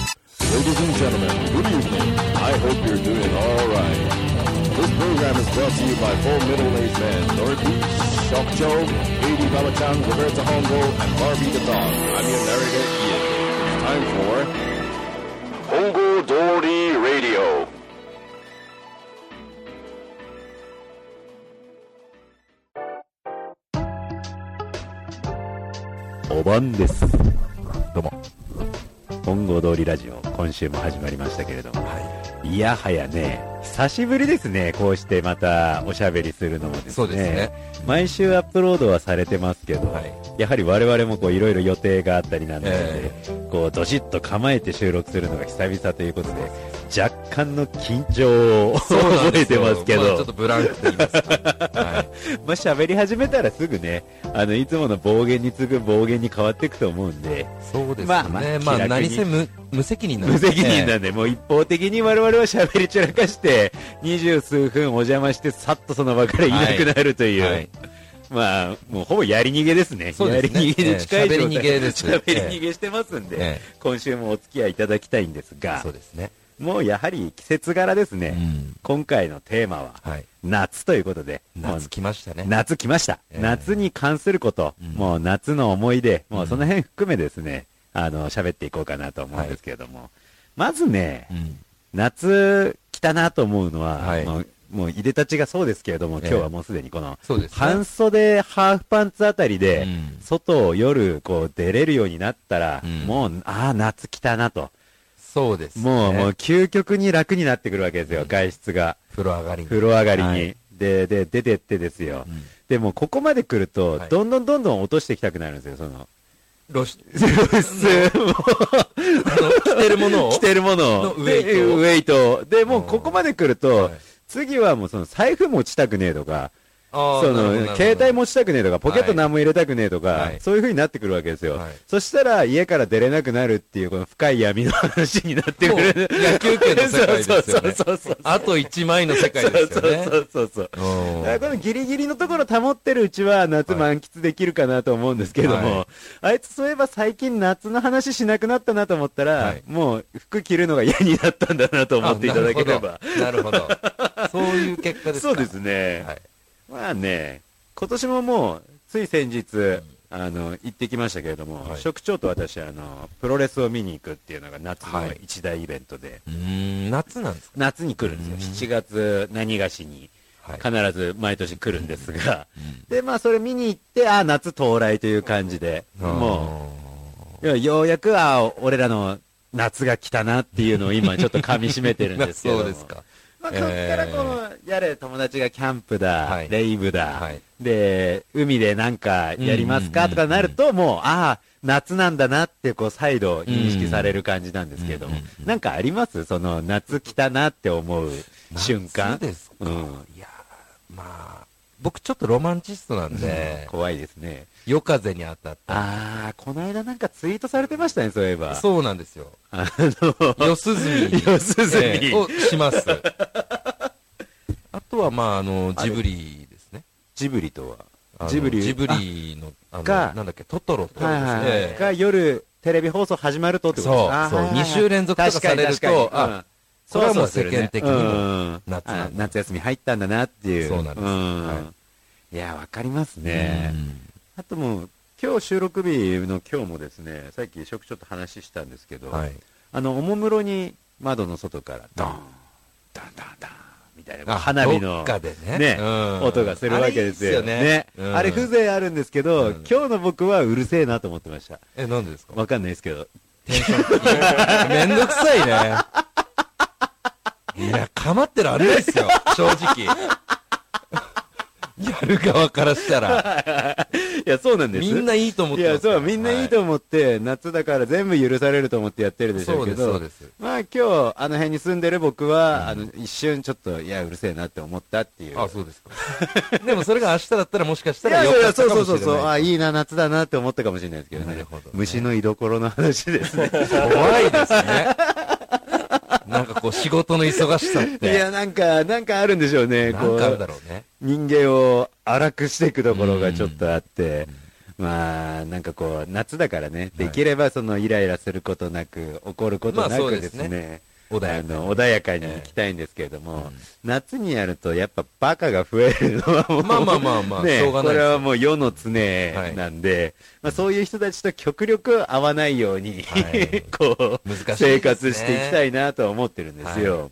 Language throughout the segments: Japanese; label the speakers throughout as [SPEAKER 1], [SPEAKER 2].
[SPEAKER 1] Ladies and gentlemen, good evening. I hope you're doing all right. This program is brought to you by four middle-aged men, Dorothy, Shock Joe, Baby Balachan, Roberta Hongo, and Barbie the Dog. I'm your narrator, Ian. It's time for Hongo Dory Radio.
[SPEAKER 2] お晩です。どうも。本郷通りラジオ、今週も始まりましたけれども。い。やはやね、久しぶりですね。こうしてまたおしゃべりするのもですね。
[SPEAKER 3] そうですね。
[SPEAKER 2] 毎週アップロードはされてますけど、
[SPEAKER 3] はい
[SPEAKER 2] やはり我々もこういろいろ予定があったりなんだりで、こうどしっと構えて収録するのが久々ということで、若干の緊張を覚えてますけど。
[SPEAKER 3] まあちょっとブランクと言いますか。はい。
[SPEAKER 2] まあ、喋り始めたらすぐね、あの、いつもの暴言に次ぐ暴言に変わっていくと思うんで、
[SPEAKER 3] そうですね。
[SPEAKER 2] ま
[SPEAKER 3] ま
[SPEAKER 2] あ
[SPEAKER 3] あ、
[SPEAKER 2] まあ
[SPEAKER 3] ま
[SPEAKER 2] 気
[SPEAKER 3] あ、
[SPEAKER 2] 楽に
[SPEAKER 3] 何せ無無責任なん
[SPEAKER 2] 無
[SPEAKER 3] で、
[SPEAKER 2] 責任なんで、もう一方的に我々は喋り散らかして、二十数分お邪魔して、さっとその場からいなくなるという、
[SPEAKER 3] はい。
[SPEAKER 2] まあ、もうほぼやり逃げですね。
[SPEAKER 3] そうですね
[SPEAKER 2] やり逃げに近い状態、
[SPEAKER 3] ええ喋り逃げです
[SPEAKER 2] 喋り逃げしてますんで、
[SPEAKER 3] え
[SPEAKER 2] 今週もお付き合いいただきたいんです
[SPEAKER 3] え
[SPEAKER 2] が
[SPEAKER 3] そう、ですね。
[SPEAKER 2] もうやはり季節柄です
[SPEAKER 3] う
[SPEAKER 2] ね。
[SPEAKER 3] ん。
[SPEAKER 2] 今回のテーマは、
[SPEAKER 3] はい。
[SPEAKER 2] 夏ということで、もう
[SPEAKER 3] 夏来ましたね。
[SPEAKER 2] 夏来ました。
[SPEAKER 3] えー
[SPEAKER 2] 夏に関すること、
[SPEAKER 3] うん
[SPEAKER 2] もう夏の思い出、もううんその辺含めですね、あの、喋っていこうかなと思うんですけれども、まずね、
[SPEAKER 3] うん。
[SPEAKER 2] 夏来たなと思うのは、
[SPEAKER 3] はい
[SPEAKER 2] もう、もういでたちがそうですけれども、今日はもうすでにこの、
[SPEAKER 3] そうですね。
[SPEAKER 2] 半袖ハーフパンツあたりで、
[SPEAKER 3] うん
[SPEAKER 2] 外を夜こう出れるようになったら、
[SPEAKER 3] うん
[SPEAKER 2] もう、ああ、夏来たなと。
[SPEAKER 3] そうです、ね。
[SPEAKER 2] もう、もう究極に楽になってくるわけですよ、
[SPEAKER 3] うん
[SPEAKER 2] 外出が。
[SPEAKER 3] 風呂上がりに。
[SPEAKER 2] 風呂上がりに。
[SPEAKER 3] はい
[SPEAKER 2] で、で、出てってですよ。
[SPEAKER 3] うん
[SPEAKER 2] でも、ここまで来ると、
[SPEAKER 3] はい
[SPEAKER 2] どんどんどんどん落としてきたくなるんですよ、その。
[SPEAKER 3] 露出、
[SPEAKER 2] 露出も
[SPEAKER 3] あの、 着てるものを。
[SPEAKER 2] 着てるもの
[SPEAKER 3] の
[SPEAKER 2] を。
[SPEAKER 3] ウェイト
[SPEAKER 2] でウェイト。で、もう
[SPEAKER 3] うん
[SPEAKER 2] ここまで来ると、
[SPEAKER 3] はい
[SPEAKER 2] 次はもうその財布持ちたくねえとか、
[SPEAKER 3] あー
[SPEAKER 2] そ
[SPEAKER 3] なるほどなるほ
[SPEAKER 2] の、
[SPEAKER 3] ど
[SPEAKER 2] 携帯持ちたくねえとか、ポケッ
[SPEAKER 3] は
[SPEAKER 2] ト
[SPEAKER 3] い
[SPEAKER 2] 何も入れたくねえとか、
[SPEAKER 3] はい
[SPEAKER 2] そういう風になってくるわけですよ。
[SPEAKER 3] はい
[SPEAKER 2] そしたら、家から出れなくなるっていう、この深い闇の話になってく
[SPEAKER 3] もう
[SPEAKER 2] る。
[SPEAKER 3] 野球拳の世界ですよ ね
[SPEAKER 2] そうそうそうそう。
[SPEAKER 3] あと一枚の世界ですよね。
[SPEAKER 2] そうそうそうそう。
[SPEAKER 3] うん
[SPEAKER 2] だからこのギリギリのところ保ってるうちは夏満喫できるかなと思うんですけども、
[SPEAKER 3] は
[SPEAKER 2] あいつそういえば最近夏の話しなくなったなと思ったら、
[SPEAKER 3] はい
[SPEAKER 2] もう服着るのが嫌になったんだなと思っていただければ。
[SPEAKER 3] あ。なるほど。なるほど そういう結果です
[SPEAKER 2] そ
[SPEAKER 3] か。
[SPEAKER 2] うですね、
[SPEAKER 3] はい。
[SPEAKER 2] まあね、今年ももうつい先日、あの、行ってきましたけれども、
[SPEAKER 3] はい
[SPEAKER 2] 職長と私、あの、プロレスを見に行くっていうのが夏
[SPEAKER 3] は
[SPEAKER 2] の
[SPEAKER 3] い
[SPEAKER 2] 一大イベントで、
[SPEAKER 3] うーん、夏なんですか
[SPEAKER 2] 夏に来るんですよ。7月何がしに。
[SPEAKER 3] はい。
[SPEAKER 2] 必ず毎年来るんですが、
[SPEAKER 3] うん
[SPEAKER 2] で、まあ、それ見に行って、ああ、夏到来という感じで、もう、要はようやく、ああ、俺らの夏が来たなっていうのを今ちょっと噛み締めてるんですけども
[SPEAKER 3] そうですか。
[SPEAKER 2] まあ、そっからこの、やれ、友達がキャンプだ、
[SPEAKER 3] はい
[SPEAKER 2] レイブだ、
[SPEAKER 3] はい
[SPEAKER 2] で、海でなんかやりますか
[SPEAKER 3] うん
[SPEAKER 2] と
[SPEAKER 3] うんうんう
[SPEAKER 2] か
[SPEAKER 3] ん
[SPEAKER 2] なると、もう、ああ、夏なんだなって、こう、再度認識される感じなんですけども、
[SPEAKER 3] うんうんうんうん
[SPEAKER 2] なんかありますその、夏来たなって思う瞬間。
[SPEAKER 3] 夏ですか、
[SPEAKER 2] うん
[SPEAKER 3] いやーまあ、僕ちょっとロマンチストなんで、
[SPEAKER 2] 怖いですね。
[SPEAKER 3] 夜風に当たった
[SPEAKER 2] ああ、この間なんかツイートされてましたね、そういえば。
[SPEAKER 3] り。そうなんですよ。
[SPEAKER 2] あの、
[SPEAKER 3] 夜涼み。
[SPEAKER 2] 夜涼み
[SPEAKER 3] ええをします。 あとは、まあ、あの、ジブリですね。
[SPEAKER 2] ジブリと
[SPEAKER 3] あの
[SPEAKER 2] ジブリ
[SPEAKER 3] ジブリの、あの、
[SPEAKER 2] が
[SPEAKER 3] なんだっけ、トトロと
[SPEAKER 2] は。はい
[SPEAKER 3] か
[SPEAKER 2] はい、
[SPEAKER 3] ですね。
[SPEAKER 2] が夜、テレビ放送始まるとって
[SPEAKER 3] そう、
[SPEAKER 2] こ
[SPEAKER 3] そう
[SPEAKER 2] とですか。あーはいはい
[SPEAKER 3] 2週連続とかされる
[SPEAKER 2] 確かに
[SPEAKER 3] と
[SPEAKER 2] 確、かに
[SPEAKER 3] あ、これはもう世間的にも
[SPEAKER 2] も
[SPEAKER 3] 夏なんだ
[SPEAKER 2] 夏休み入ったんだなっていう。
[SPEAKER 3] そうなんです
[SPEAKER 2] ん、
[SPEAKER 3] はい
[SPEAKER 2] や、わかりますね。
[SPEAKER 3] うん
[SPEAKER 2] あともう、今日収録日の今日もですね、さっき職長と話したんですけど、
[SPEAKER 3] はい。
[SPEAKER 2] あの、おもむろに窓の外から、ドン、ダンダンダン、みたいな、花火
[SPEAKER 3] ど
[SPEAKER 2] の
[SPEAKER 3] っ。かでね。
[SPEAKER 2] ね
[SPEAKER 3] うん
[SPEAKER 2] 音がするわけですよ。
[SPEAKER 3] あれいいっすよね。うん
[SPEAKER 2] あれ風情あるんですけど、
[SPEAKER 3] うん
[SPEAKER 2] 今日の僕はうるせえなと思ってました。
[SPEAKER 3] え、なんでですか
[SPEAKER 2] わかんないですけど。
[SPEAKER 3] テンション。めんどくさいね。いや、構ってられないですよ、正直。やる側からしたら、
[SPEAKER 2] いや、そうなんです。
[SPEAKER 3] みんないいと思っ
[SPEAKER 2] い
[SPEAKER 3] てます
[SPEAKER 2] や、そう、みんないいと
[SPEAKER 3] 思
[SPEAKER 2] 思って、夏だから全部許されると思ってやってるでしょ
[SPEAKER 3] そうう
[SPEAKER 2] け
[SPEAKER 3] です、そう
[SPEAKER 2] ど、
[SPEAKER 3] です。
[SPEAKER 2] まあ今日、あの辺に住んでる僕は、あの、一瞬ちょっと、いや、うるせえなって思ったっていう。
[SPEAKER 3] あ、そうですか。でもそれが明日だったらもしかし
[SPEAKER 2] い
[SPEAKER 3] た
[SPEAKER 2] や
[SPEAKER 3] ら
[SPEAKER 2] い
[SPEAKER 3] よ
[SPEAKER 2] やい
[SPEAKER 3] か
[SPEAKER 2] や
[SPEAKER 3] った
[SPEAKER 2] そう
[SPEAKER 3] か
[SPEAKER 2] そ
[SPEAKER 3] も
[SPEAKER 2] う
[SPEAKER 3] し
[SPEAKER 2] そう
[SPEAKER 3] れない。
[SPEAKER 2] そう、あ、いいな、夏だなって思ったかもしれないですけどね。
[SPEAKER 3] なるほどね
[SPEAKER 2] 虫の居所の話です ね。
[SPEAKER 3] 怖いですね。なんかこう、仕事の忙しさっ
[SPEAKER 2] い
[SPEAKER 3] て、
[SPEAKER 2] や、なんか、なんかあるんでしょうね。
[SPEAKER 3] なんかあるだろうね。
[SPEAKER 2] 人間を荒くしていくところがちょっとあって、まあ、なんかこう、夏だからね、できればそのイライラすることなく、怒ること
[SPEAKER 3] ま
[SPEAKER 2] な
[SPEAKER 3] あそう
[SPEAKER 2] く
[SPEAKER 3] で
[SPEAKER 2] です
[SPEAKER 3] すね
[SPEAKER 2] ね、
[SPEAKER 3] 穏や
[SPEAKER 2] あ
[SPEAKER 3] かに
[SPEAKER 2] の穏やかに行きたいんですけれども、
[SPEAKER 3] うん
[SPEAKER 2] 夏にやるとやっぱバカが増えるのはもう、
[SPEAKER 3] まあまあまあまあ
[SPEAKER 2] ね
[SPEAKER 3] しょうがな
[SPEAKER 2] こ
[SPEAKER 3] いですよ
[SPEAKER 2] れはもう世の常なんで、まあ、そういう人たちと極力会わないように、
[SPEAKER 3] はい
[SPEAKER 2] こう、
[SPEAKER 3] 難しいですね
[SPEAKER 2] 生活していきたいなとは思ってるんですよ。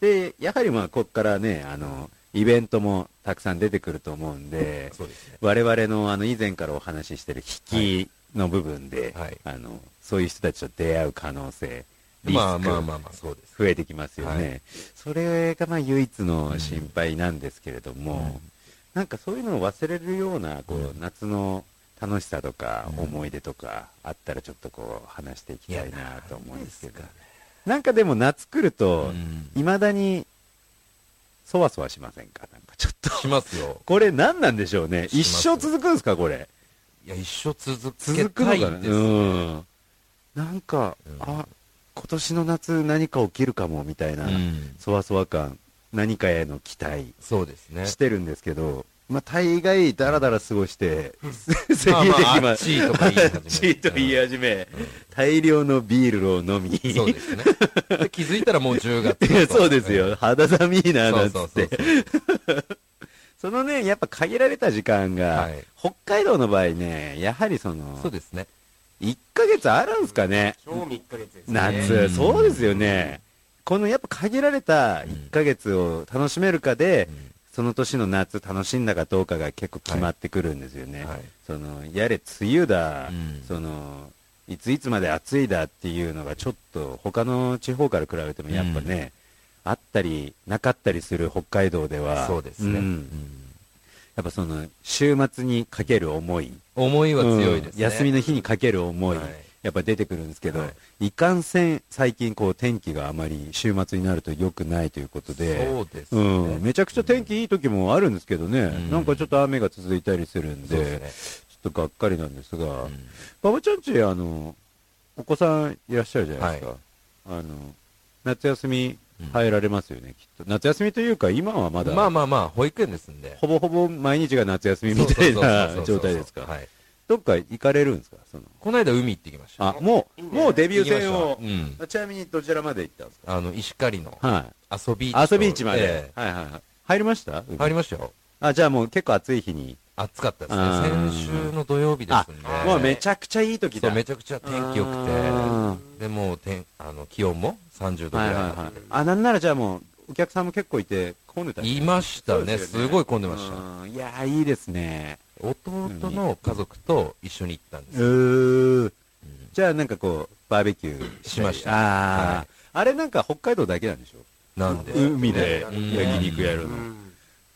[SPEAKER 2] で、やはりまあ、ここからね、あの、イベントもたくさん出てくると思うんで、
[SPEAKER 3] そうですね。
[SPEAKER 2] 我々のあの以前からお話ししてる引きの部分で、
[SPEAKER 3] はい
[SPEAKER 2] あのそういう人たちと出会う可能性、リ
[SPEAKER 3] まあ
[SPEAKER 2] ス
[SPEAKER 3] まあ
[SPEAKER 2] ク
[SPEAKER 3] まあまあ、そうです。
[SPEAKER 2] 増えてきますよね、
[SPEAKER 3] は
[SPEAKER 2] それがまあ唯一の心配なんですけれども、
[SPEAKER 3] うん
[SPEAKER 2] なんかそういうのを忘れるようなこう、
[SPEAKER 3] うん
[SPEAKER 2] 夏の楽しさとか
[SPEAKER 3] うん
[SPEAKER 2] 思い出とかあったらちょっとこう話していきたいなと思うんですけど、
[SPEAKER 3] ね。
[SPEAKER 2] なんかでも夏来ると、
[SPEAKER 3] うん
[SPEAKER 2] いまだにそわそわしませんか、なんかちょっと。
[SPEAKER 3] しますよ。
[SPEAKER 2] これ何なんでしょうね。
[SPEAKER 3] しま
[SPEAKER 2] 一
[SPEAKER 3] す
[SPEAKER 2] 生続くんですか、これ。
[SPEAKER 3] いや、一生続け
[SPEAKER 2] 続くの
[SPEAKER 3] たい
[SPEAKER 2] かな
[SPEAKER 3] です
[SPEAKER 2] う
[SPEAKER 3] ね。
[SPEAKER 2] ん。なんか、
[SPEAKER 3] うん
[SPEAKER 2] あ、今年の夏何か起きるかも、みたいな、
[SPEAKER 3] うん
[SPEAKER 2] そわそわ感、何かへの期待
[SPEAKER 3] そうですね。
[SPEAKER 2] してるんですけど、まあ、大概ダラダ ラ過ごして、せ
[SPEAKER 3] まあまあ
[SPEAKER 2] き
[SPEAKER 3] あ
[SPEAKER 2] ま
[SPEAKER 3] っ
[SPEAKER 2] す。
[SPEAKER 3] ちとか言い始める
[SPEAKER 2] あっちと言い始め、大量のビールを飲み、
[SPEAKER 3] そ うですね。で気づいたらもう10月
[SPEAKER 2] いや
[SPEAKER 3] だと。
[SPEAKER 2] そうですよ。肌寒い
[SPEAKER 3] うん。
[SPEAKER 2] な、
[SPEAKER 3] そ
[SPEAKER 2] な
[SPEAKER 3] うん
[SPEAKER 2] つ
[SPEAKER 3] そ
[SPEAKER 2] っ
[SPEAKER 3] うそう
[SPEAKER 2] て。そのね、やっぱ限られた時間が
[SPEAKER 3] はい、
[SPEAKER 2] 北海道の場合ね、やはりその、
[SPEAKER 3] そうですね。
[SPEAKER 2] 1ヶ月あるんすかね、
[SPEAKER 4] 今日も1ヶ月ですね。
[SPEAKER 2] 夏、
[SPEAKER 3] うん
[SPEAKER 2] そうですよね、このやっぱ限られた1ヶ月を楽しめるかで、その年の夏、楽しんだかどうかが結構決まってくるんですよね、
[SPEAKER 3] はい
[SPEAKER 2] そのやれ、梅雨だ、
[SPEAKER 3] うん
[SPEAKER 2] そのいついつまで暑いだっていうのが、ちょっと他の地方から比べてもやっぱね、あったりなかったりする北海道では、
[SPEAKER 3] そうですね。
[SPEAKER 2] ん
[SPEAKER 3] うん
[SPEAKER 2] やっぱその週末にかける思い。
[SPEAKER 3] 思いは強いです
[SPEAKER 2] うん
[SPEAKER 3] ね。
[SPEAKER 2] 休みの日にかける思い、
[SPEAKER 3] はい
[SPEAKER 2] やっぱ出てくるんですけど、、
[SPEAKER 3] はい
[SPEAKER 2] かんせん最近こう天気があまり週末になると良くないということで、
[SPEAKER 3] そうです
[SPEAKER 2] う
[SPEAKER 3] ね。
[SPEAKER 2] ん、めちゃくちゃ天気いい時もあるんですけどね、
[SPEAKER 3] ん
[SPEAKER 2] なんかちょっと雨が続いたりするん
[SPEAKER 3] そう
[SPEAKER 2] で、
[SPEAKER 3] です
[SPEAKER 2] ちょっとがっかりなんですが、
[SPEAKER 3] ね。うん
[SPEAKER 2] 馬場ちゃんち、あの、お子さんいらっしゃるじゃないですか。あの、夏休み入られますよね、きっと。夏休みというか、今はまだ、
[SPEAKER 3] まあまあまあ、保育園ですんで。
[SPEAKER 2] ほぼほぼ毎日が夏休みみたい
[SPEAKER 3] そ
[SPEAKER 2] な
[SPEAKER 3] うそうそうそうそう
[SPEAKER 2] 状態ですか。
[SPEAKER 3] はい。
[SPEAKER 2] どっか行かれるんですかその
[SPEAKER 3] この間海行ってきまし
[SPEAKER 2] あ、
[SPEAKER 3] た。
[SPEAKER 2] もう、
[SPEAKER 4] いいね
[SPEAKER 2] もうデビュ
[SPEAKER 3] 行
[SPEAKER 2] ー
[SPEAKER 3] きまし
[SPEAKER 2] 戦
[SPEAKER 3] た
[SPEAKER 2] を
[SPEAKER 3] う、ん。
[SPEAKER 2] ちなみにどちらまで行ったんです
[SPEAKER 3] あの、石狩の
[SPEAKER 2] かはい。
[SPEAKER 3] 遊び
[SPEAKER 2] 遊び市まで
[SPEAKER 3] え。
[SPEAKER 2] はいはいはい。入りました
[SPEAKER 3] え入りましたよ。
[SPEAKER 2] あ、じゃあもう結構暑い日に。
[SPEAKER 3] 暑かったです
[SPEAKER 2] あー
[SPEAKER 3] ね。先週の土曜日ですんで。
[SPEAKER 4] あ
[SPEAKER 2] もうめちゃくちゃいい時
[SPEAKER 3] そ
[SPEAKER 2] だ。
[SPEAKER 3] う、めちゃくちゃ天気良く
[SPEAKER 2] あ
[SPEAKER 3] て。で、もう天、あの、気温も30
[SPEAKER 2] ー
[SPEAKER 3] 度ぐ
[SPEAKER 2] は
[SPEAKER 3] らい
[SPEAKER 2] い
[SPEAKER 3] あ
[SPEAKER 2] は
[SPEAKER 3] っ
[SPEAKER 2] い
[SPEAKER 3] て
[SPEAKER 2] はい。あ、なんならじゃあもう、お客さんも結構いて、混んでた
[SPEAKER 3] いました
[SPEAKER 2] そうで
[SPEAKER 3] ね。
[SPEAKER 2] すよね
[SPEAKER 3] すごい混んでました。
[SPEAKER 2] た。いやー、いいですね。
[SPEAKER 3] 弟の家族と一緒に行ったんです
[SPEAKER 2] う
[SPEAKER 3] よ。
[SPEAKER 2] ー。
[SPEAKER 3] うん
[SPEAKER 2] じゃあなんかこう、バーベキューり
[SPEAKER 3] しました
[SPEAKER 2] あ
[SPEAKER 3] は
[SPEAKER 2] ー。あれなんか北海道だけなんでしょ
[SPEAKER 3] なんで。
[SPEAKER 2] 海で
[SPEAKER 3] うん
[SPEAKER 2] 焼肉やる
[SPEAKER 4] う
[SPEAKER 2] の。
[SPEAKER 4] ん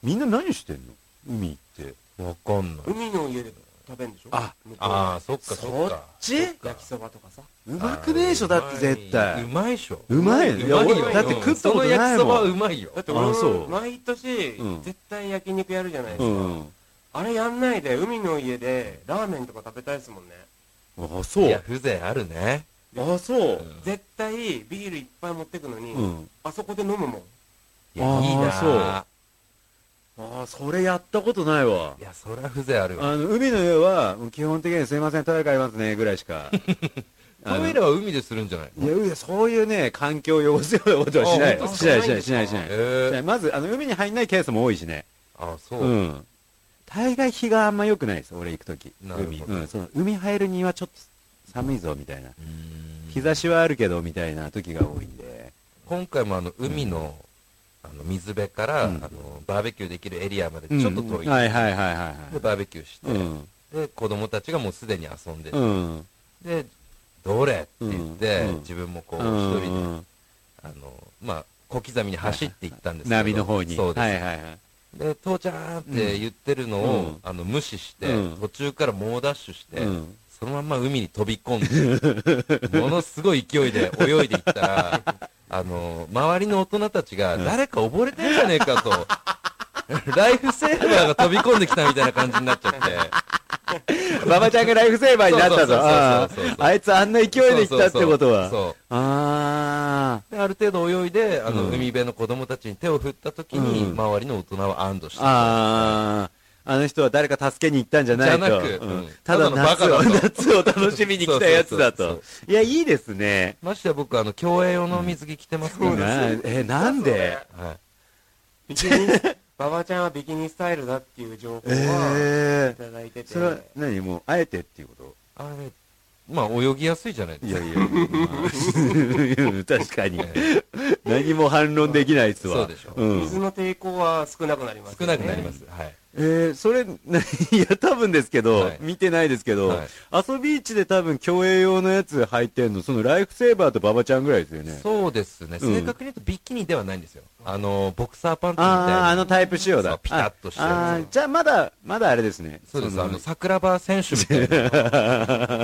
[SPEAKER 2] みんな何してんの海行って。
[SPEAKER 3] わかんない。
[SPEAKER 4] 海の家で食べるんでしょ
[SPEAKER 2] あ、
[SPEAKER 4] 向こう
[SPEAKER 3] ああ、そっか、そっか。
[SPEAKER 2] ち
[SPEAKER 4] 焼きそばとかさ。
[SPEAKER 2] うまくねえしょ、だって絶
[SPEAKER 3] う
[SPEAKER 2] 対。
[SPEAKER 3] まいっしょ。
[SPEAKER 2] うまいよ。
[SPEAKER 3] う
[SPEAKER 2] いや
[SPEAKER 3] まいよ
[SPEAKER 2] 俺だって食ったことない
[SPEAKER 3] その焼きそば
[SPEAKER 2] も。
[SPEAKER 3] はうんまいよ
[SPEAKER 4] だ。って俺
[SPEAKER 2] あそう
[SPEAKER 4] も毎年
[SPEAKER 2] うん
[SPEAKER 4] 絶対焼肉やるじゃないです
[SPEAKER 2] う
[SPEAKER 4] か。
[SPEAKER 2] ん。
[SPEAKER 4] あれやんないで海の家でラーメンとか食べたいですもんね。
[SPEAKER 2] あ、
[SPEAKER 3] い
[SPEAKER 2] そ
[SPEAKER 3] や、
[SPEAKER 2] う。
[SPEAKER 3] 風情あるね。
[SPEAKER 2] あ、そう。
[SPEAKER 4] 絶対ビールいっぱい持ってくのに、
[SPEAKER 2] うん。
[SPEAKER 4] あそこで飲むもん。
[SPEAKER 3] いや、
[SPEAKER 2] あー
[SPEAKER 3] いいな
[SPEAKER 2] そう
[SPEAKER 3] あ
[SPEAKER 2] あ、それやったことないわ
[SPEAKER 3] い。や、そりゃ風情あるわ。
[SPEAKER 2] あの、海の上は、基本的にすいません、トイレ買いますね、ぐらいし か。あの
[SPEAKER 3] トイレは海でするんじゃない
[SPEAKER 2] いや、いやそういうね、環境を汚すようなことはしない。
[SPEAKER 3] あ本当
[SPEAKER 2] しない、しない、しない、しない。し
[SPEAKER 3] え
[SPEAKER 2] な
[SPEAKER 3] え。
[SPEAKER 2] いまず、あの、海に入んないケースも多いしね。
[SPEAKER 3] あ、そうう。
[SPEAKER 2] ん。大概日があんま良くないです、俺行くとき。
[SPEAKER 3] なるほ
[SPEAKER 2] 海。
[SPEAKER 3] ど
[SPEAKER 2] うん、その、海入るにはちょっと寒いぞ、みたいな。
[SPEAKER 3] うん
[SPEAKER 2] 日差しはあるけどみたいな時が多いんで、
[SPEAKER 3] 今回もあの、海の、あの、水辺から、あ
[SPEAKER 2] うん
[SPEAKER 3] の、バーベキューできるエリアまでちょっと遠い。
[SPEAKER 2] はい
[SPEAKER 3] で、
[SPEAKER 2] はいはいはいは
[SPEAKER 3] バーベキューして
[SPEAKER 2] い、うん
[SPEAKER 3] で、子供たちがもうすでに遊んでて
[SPEAKER 2] うん
[SPEAKER 3] で、どれって言って、
[SPEAKER 2] うん
[SPEAKER 3] 自分もこう、
[SPEAKER 2] う
[SPEAKER 3] 一人で、
[SPEAKER 2] ん
[SPEAKER 3] あの、まあ、小刻みに走っていったんですけど、
[SPEAKER 2] 波の方に
[SPEAKER 3] そうです。
[SPEAKER 2] はいはいはい
[SPEAKER 3] で、父ちゃんって言ってるのを、
[SPEAKER 2] うん
[SPEAKER 3] あの、無視して、
[SPEAKER 2] うん
[SPEAKER 3] 途中から猛ダッシュして、
[SPEAKER 2] うん
[SPEAKER 3] そのまんま海に飛び込んで、 ものすごい勢いで泳いでいったら、あの、周りの大人たちが、誰か溺れてんじゃねえかと、 ライフセーバーが飛び込んできたみたいな感じになっちゃって、
[SPEAKER 2] 馬場ちゃんがライフセーバーになったぞ
[SPEAKER 3] そう
[SPEAKER 2] あ
[SPEAKER 3] そうそうそうそうそ
[SPEAKER 2] あ
[SPEAKER 3] う
[SPEAKER 2] あいつあんな勢いで行ったってことは
[SPEAKER 3] そう。
[SPEAKER 2] あ
[SPEAKER 3] である程度泳いで、あの、
[SPEAKER 2] うん
[SPEAKER 3] 海辺の子供たちに手を振ったときに、
[SPEAKER 2] うん
[SPEAKER 3] 周りの大人は安堵して
[SPEAKER 2] ああああの人は誰か助けに行ったんじゃないと。
[SPEAKER 3] じゃなく
[SPEAKER 2] うん
[SPEAKER 3] うん
[SPEAKER 2] ただ
[SPEAKER 3] ただのバ
[SPEAKER 2] 夏
[SPEAKER 3] カ
[SPEAKER 2] を、
[SPEAKER 3] だと
[SPEAKER 2] 夏を 楽しみに来たやつだ
[SPEAKER 3] そうそう
[SPEAKER 2] と。いや、いいですね。
[SPEAKER 3] ましてや僕、あの、競泳用の水着着てますから
[SPEAKER 4] そう
[SPEAKER 3] ね。
[SPEAKER 2] な
[SPEAKER 4] です
[SPEAKER 2] え、なんで
[SPEAKER 3] はい。
[SPEAKER 4] ビキニ、馬場ちゃんはビキニスタイルだっていう情報は
[SPEAKER 2] え
[SPEAKER 4] いただいて
[SPEAKER 2] ー
[SPEAKER 4] て、
[SPEAKER 2] それは何もう、あえてっていうこと
[SPEAKER 3] あれ、まあ、泳ぎやすいじゃないで
[SPEAKER 2] い
[SPEAKER 3] す
[SPEAKER 2] や
[SPEAKER 3] か。
[SPEAKER 2] いや、まあ 確かに。何も反論できないっすわ。
[SPEAKER 3] そうでしょ
[SPEAKER 2] うん
[SPEAKER 4] 水の抵抗は少なくなります、ね。
[SPEAKER 3] 少なくなります。はい。
[SPEAKER 2] えー、それ、 ないや、多分ですけど、
[SPEAKER 3] はい
[SPEAKER 2] 見てないですけど、
[SPEAKER 3] はい
[SPEAKER 2] 遊び市で多分競泳用のやつ履いてんの、そのライフセーバーとババちゃんぐらいですよね。
[SPEAKER 3] そうですね。
[SPEAKER 2] うん
[SPEAKER 3] 正確に言うとビキニではないんですよ。あの、ボクサーパンツみたい
[SPEAKER 2] ああ、
[SPEAKER 3] な。
[SPEAKER 2] あのタイプ仕様
[SPEAKER 3] そ
[SPEAKER 2] だ
[SPEAKER 3] う。ピタッとしてる
[SPEAKER 2] ああー、じゃあまだ、まだあれですね。
[SPEAKER 3] そうです。
[SPEAKER 2] の
[SPEAKER 3] あの、桜庭選手みたい な。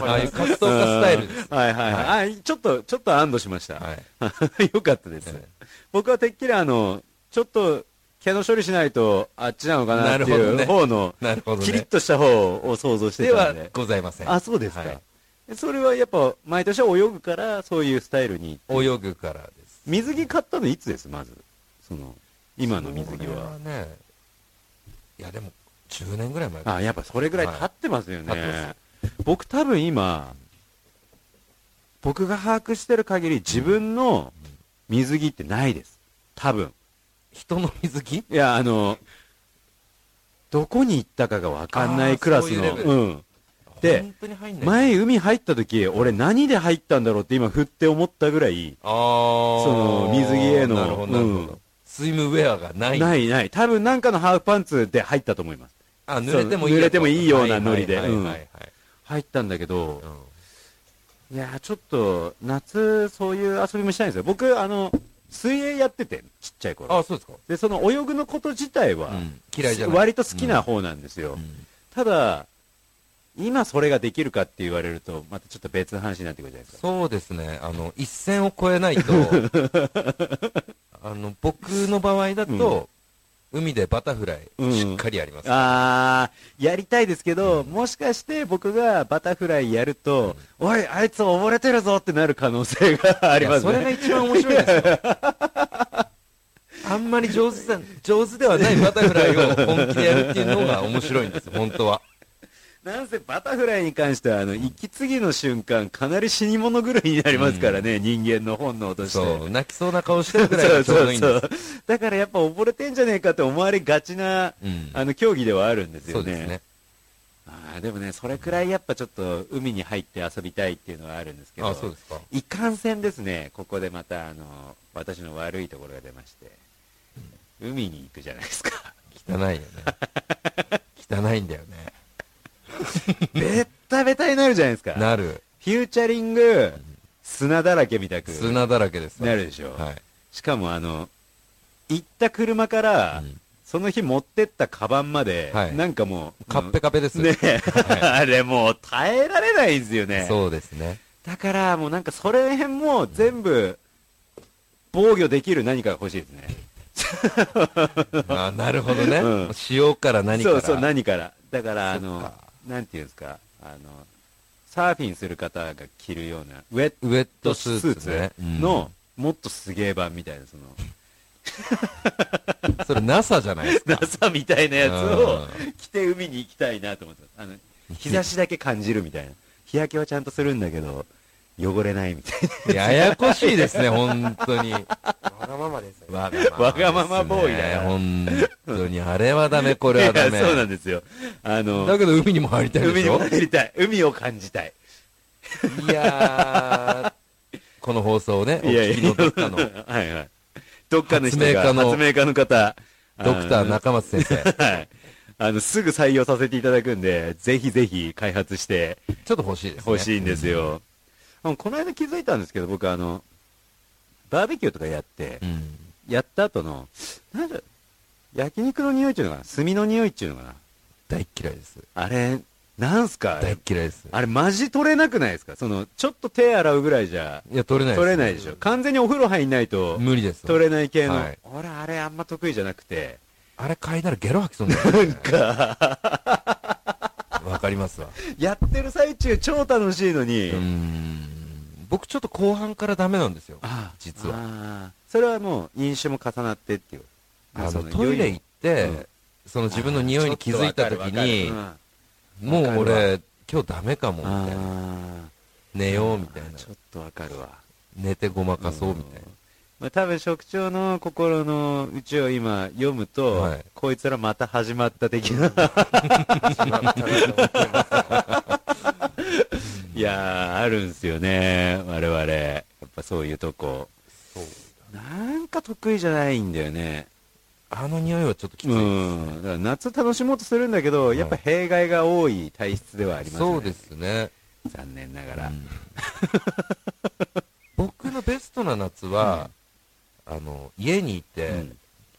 [SPEAKER 3] ああいう活動家スタイルです。
[SPEAKER 2] はいはいはい。あーちょっと、ちょっと安堵しました。
[SPEAKER 3] は い。
[SPEAKER 2] よかったです。
[SPEAKER 3] ええ
[SPEAKER 2] 僕はてっきりあの、ちょっと、毛の処理しないと、あっちなのかなって
[SPEAKER 3] なるほど
[SPEAKER 2] いう
[SPEAKER 3] ね
[SPEAKER 2] 方の、
[SPEAKER 3] なるほど
[SPEAKER 2] キリッ
[SPEAKER 3] ね。
[SPEAKER 2] とした方を想像して
[SPEAKER 3] で
[SPEAKER 2] た
[SPEAKER 3] は
[SPEAKER 2] んで。
[SPEAKER 3] ございません。
[SPEAKER 2] あ、そうですか。
[SPEAKER 3] はい
[SPEAKER 2] それはやっぱ、毎年は泳ぐから、そういうスタイルに。
[SPEAKER 3] 泳ぐからです。
[SPEAKER 2] 水着買ったのいつです、まず。その、今の水着
[SPEAKER 3] これ
[SPEAKER 2] は。
[SPEAKER 3] ね、いやでも、10年ぐらい前か
[SPEAKER 2] あ、やっぱそれぐらい経ってますよね。
[SPEAKER 3] はい経ってま
[SPEAKER 2] 僕多分今、僕が把握してる限り自分の水着ってないです。多分。
[SPEAKER 3] 人の水着
[SPEAKER 2] いや、あの、どこに行ったかがわかんな
[SPEAKER 3] あ
[SPEAKER 2] い
[SPEAKER 3] ー
[SPEAKER 2] クラス
[SPEAKER 3] そういうレ
[SPEAKER 2] の。
[SPEAKER 3] ベル
[SPEAKER 2] うん。で
[SPEAKER 3] 本当に入んない。
[SPEAKER 2] 前海入った時、俺何で入ったんだろうって今振って思ったぐらい、
[SPEAKER 3] ああ。
[SPEAKER 2] その水着への
[SPEAKER 3] なるほど、なるほ
[SPEAKER 2] うん
[SPEAKER 3] ど。スイムウェアがない。
[SPEAKER 2] ないない。多分なんかのハーフパンツで入ったと思います。
[SPEAKER 3] あ、濡れてもいいや
[SPEAKER 2] そう濡
[SPEAKER 3] つ。
[SPEAKER 2] れてもいいようなノリで
[SPEAKER 3] はいはいはいはい
[SPEAKER 2] 入ったんだけど、
[SPEAKER 3] はい
[SPEAKER 2] いやーちょっと、夏、そういう遊びもしたいんですよ。僕、あの、水泳やってて、ちっちゃい
[SPEAKER 3] うん
[SPEAKER 2] 頃。
[SPEAKER 3] あ、そうですか。
[SPEAKER 2] で、その泳ぐのこと自体は、
[SPEAKER 3] うん嫌いじゃない。
[SPEAKER 2] 割と好きな方なんですよ。
[SPEAKER 3] うん
[SPEAKER 2] ただ、今それができるかって言われると、またちょっと別の話になってくるじゃないですか。
[SPEAKER 3] そうですね、あの一線を越えな いと、あの僕の場合だと、海でバタフライ、
[SPEAKER 2] うん
[SPEAKER 3] しっかりやります、
[SPEAKER 2] あー、やりたいですけど、もしかして僕がバタフライやると、おい、あいつ溺れてるぞってなる可能性があります
[SPEAKER 3] いやそれ
[SPEAKER 2] ね。
[SPEAKER 3] が一番面白いで すよ。あんまり上手さ上手ではないバタフライを本気でやるっていうのが面白いんです、本当は。
[SPEAKER 2] なんせバタフライに関しては、あの、息継ぎの瞬間、かなり死に物狂いになりますからね、人間の本能として。
[SPEAKER 3] そう、泣きそうな顔してるくらいがちょうどいいんです。
[SPEAKER 2] そうそうそうだからやっぱ溺れてんじゃねえかって思われがちな、
[SPEAKER 3] うん
[SPEAKER 2] あの、競技ではあるんです
[SPEAKER 3] そ
[SPEAKER 2] よ
[SPEAKER 3] うですね。
[SPEAKER 2] あーでもね、それくらいやっぱちょっと海に入って遊びたいっていうのはあるんですけど、
[SPEAKER 3] あ、そうですか。
[SPEAKER 2] いかんせんですね、ここでまたあの私の悪いところが出まして、海に行くじゃないですか、
[SPEAKER 3] 汚いよね。汚いんだよね。
[SPEAKER 2] べったべたになるじゃないですか、
[SPEAKER 3] なる。
[SPEAKER 2] フューチャリング、砂だらけみたく
[SPEAKER 3] 砂だらけです。
[SPEAKER 2] なるでしょ、
[SPEAKER 3] はい。
[SPEAKER 2] しかもあの行った車から、
[SPEAKER 3] うん
[SPEAKER 2] その日持ってったカバンまで、
[SPEAKER 3] はい
[SPEAKER 2] なんかもう、
[SPEAKER 3] カッペカペですよ。
[SPEAKER 2] ねえ、
[SPEAKER 3] は
[SPEAKER 2] あれもう耐えられないんですよね。
[SPEAKER 3] そうですね。
[SPEAKER 2] だから、もうなんかそれ辺も全部、防御できる何かが欲しいですね。
[SPEAKER 3] あなるほどね、
[SPEAKER 2] うん
[SPEAKER 3] 塩から何か
[SPEAKER 2] そ
[SPEAKER 3] ら
[SPEAKER 2] うそう、何から。だから、あ
[SPEAKER 3] そっ
[SPEAKER 2] の
[SPEAKER 3] か、
[SPEAKER 2] なんていうんですか、あの、サーフィンする方が着るような、ウェッ
[SPEAKER 3] ウェッ
[SPEAKER 2] ト
[SPEAKER 3] ト
[SPEAKER 2] ス
[SPEAKER 3] ス
[SPEAKER 2] ー
[SPEAKER 3] ー
[SPEAKER 2] ツ
[SPEAKER 3] ツ,、
[SPEAKER 2] ね
[SPEAKER 3] ね、
[SPEAKER 2] の、もっとすげえ版みたいな、 その、
[SPEAKER 3] うんそれ NASA じゃないですか
[SPEAKER 2] NASA みたいなやつ を
[SPEAKER 3] う
[SPEAKER 2] 着て海に行きたいなと思ってますあの、日差しだけ感じるみたいな。日焼けはちゃんとするんだけど、汚れないみたいな。
[SPEAKER 3] ややこしいですね本当に
[SPEAKER 4] わがままですね。
[SPEAKER 3] わ
[SPEAKER 2] わがままボーイだよ
[SPEAKER 3] 本当にあれはダメこれはダメ
[SPEAKER 2] いや そうなんですよ。あの、
[SPEAKER 3] だけど海にも入りたい
[SPEAKER 2] 海
[SPEAKER 3] で
[SPEAKER 2] に
[SPEAKER 3] しょ
[SPEAKER 2] 入りたい。海を感じたい。
[SPEAKER 3] いやーこの放送をねお
[SPEAKER 2] いや
[SPEAKER 3] 聞
[SPEAKER 2] い
[SPEAKER 3] き
[SPEAKER 2] や
[SPEAKER 3] のどっかの
[SPEAKER 2] はいはい。どっかの人が、発
[SPEAKER 3] 発明家の
[SPEAKER 2] 明家の方、
[SPEAKER 3] ドクター
[SPEAKER 2] な
[SPEAKER 3] 中松先生
[SPEAKER 2] はい。あの、すぐ採用させていただくんで、ぜひぜひ開発して
[SPEAKER 3] ちょっと欲しいですね
[SPEAKER 2] ほしいんですよ。あのこの間気づいたんですけど、僕あの、バーベキューとかやって
[SPEAKER 3] う、ん
[SPEAKER 2] やった後の、なんだ、焼肉の匂いっていうのかな炭の匂いっていうのかな
[SPEAKER 3] 大っ嫌いです
[SPEAKER 2] あれ、なんすかあ
[SPEAKER 3] 大っ
[SPEAKER 2] れ
[SPEAKER 3] 嫌いです
[SPEAKER 2] あれマジ取れなくないですかその、ちょっと手洗うぐらいじゃ、
[SPEAKER 3] いや取れない
[SPEAKER 2] 取れ
[SPEAKER 3] い
[SPEAKER 2] ないでしょ完全にお風呂入んないと、
[SPEAKER 3] 無理です
[SPEAKER 2] 取れない系の、
[SPEAKER 3] はい
[SPEAKER 2] 俺あれあんま得意じゃなくて
[SPEAKER 3] あれ嗅いだらゲロ吐きそうになる。なんか。わかりますわ。
[SPEAKER 2] やってる最中超楽しいのに、
[SPEAKER 3] うーん。僕ちょっと後半からダメなんですよ。
[SPEAKER 2] ああ
[SPEAKER 3] 実は
[SPEAKER 2] ああそれはもう飲酒も重なってっていう
[SPEAKER 3] あ
[SPEAKER 2] そ
[SPEAKER 3] の、トイレ行って、その自分の匂いに気づいた時に、
[SPEAKER 2] あ
[SPEAKER 3] もう
[SPEAKER 2] わかる
[SPEAKER 3] 俺、今日ダメかも、みたいな。
[SPEAKER 2] あ
[SPEAKER 3] 寝よう、みたいな。
[SPEAKER 2] ちょっとわかるわ
[SPEAKER 3] 寝てごまかそう、みたいな。
[SPEAKER 2] まあ、多分職長の心の内を今読むと、
[SPEAKER 3] はい
[SPEAKER 2] こいつらまた始まった的な いやーあるんすよね我々やっぱそういうとこなんか得意じゃないんだよね
[SPEAKER 3] あの匂いはちょっときつい。
[SPEAKER 2] うんだから夏楽しもうとするんだけど、やっぱ弊害が多い体質ではありますね
[SPEAKER 3] そうですね。
[SPEAKER 2] 残念ながら、
[SPEAKER 3] 僕のベストな夏は、あの、家にいて、
[SPEAKER 2] うん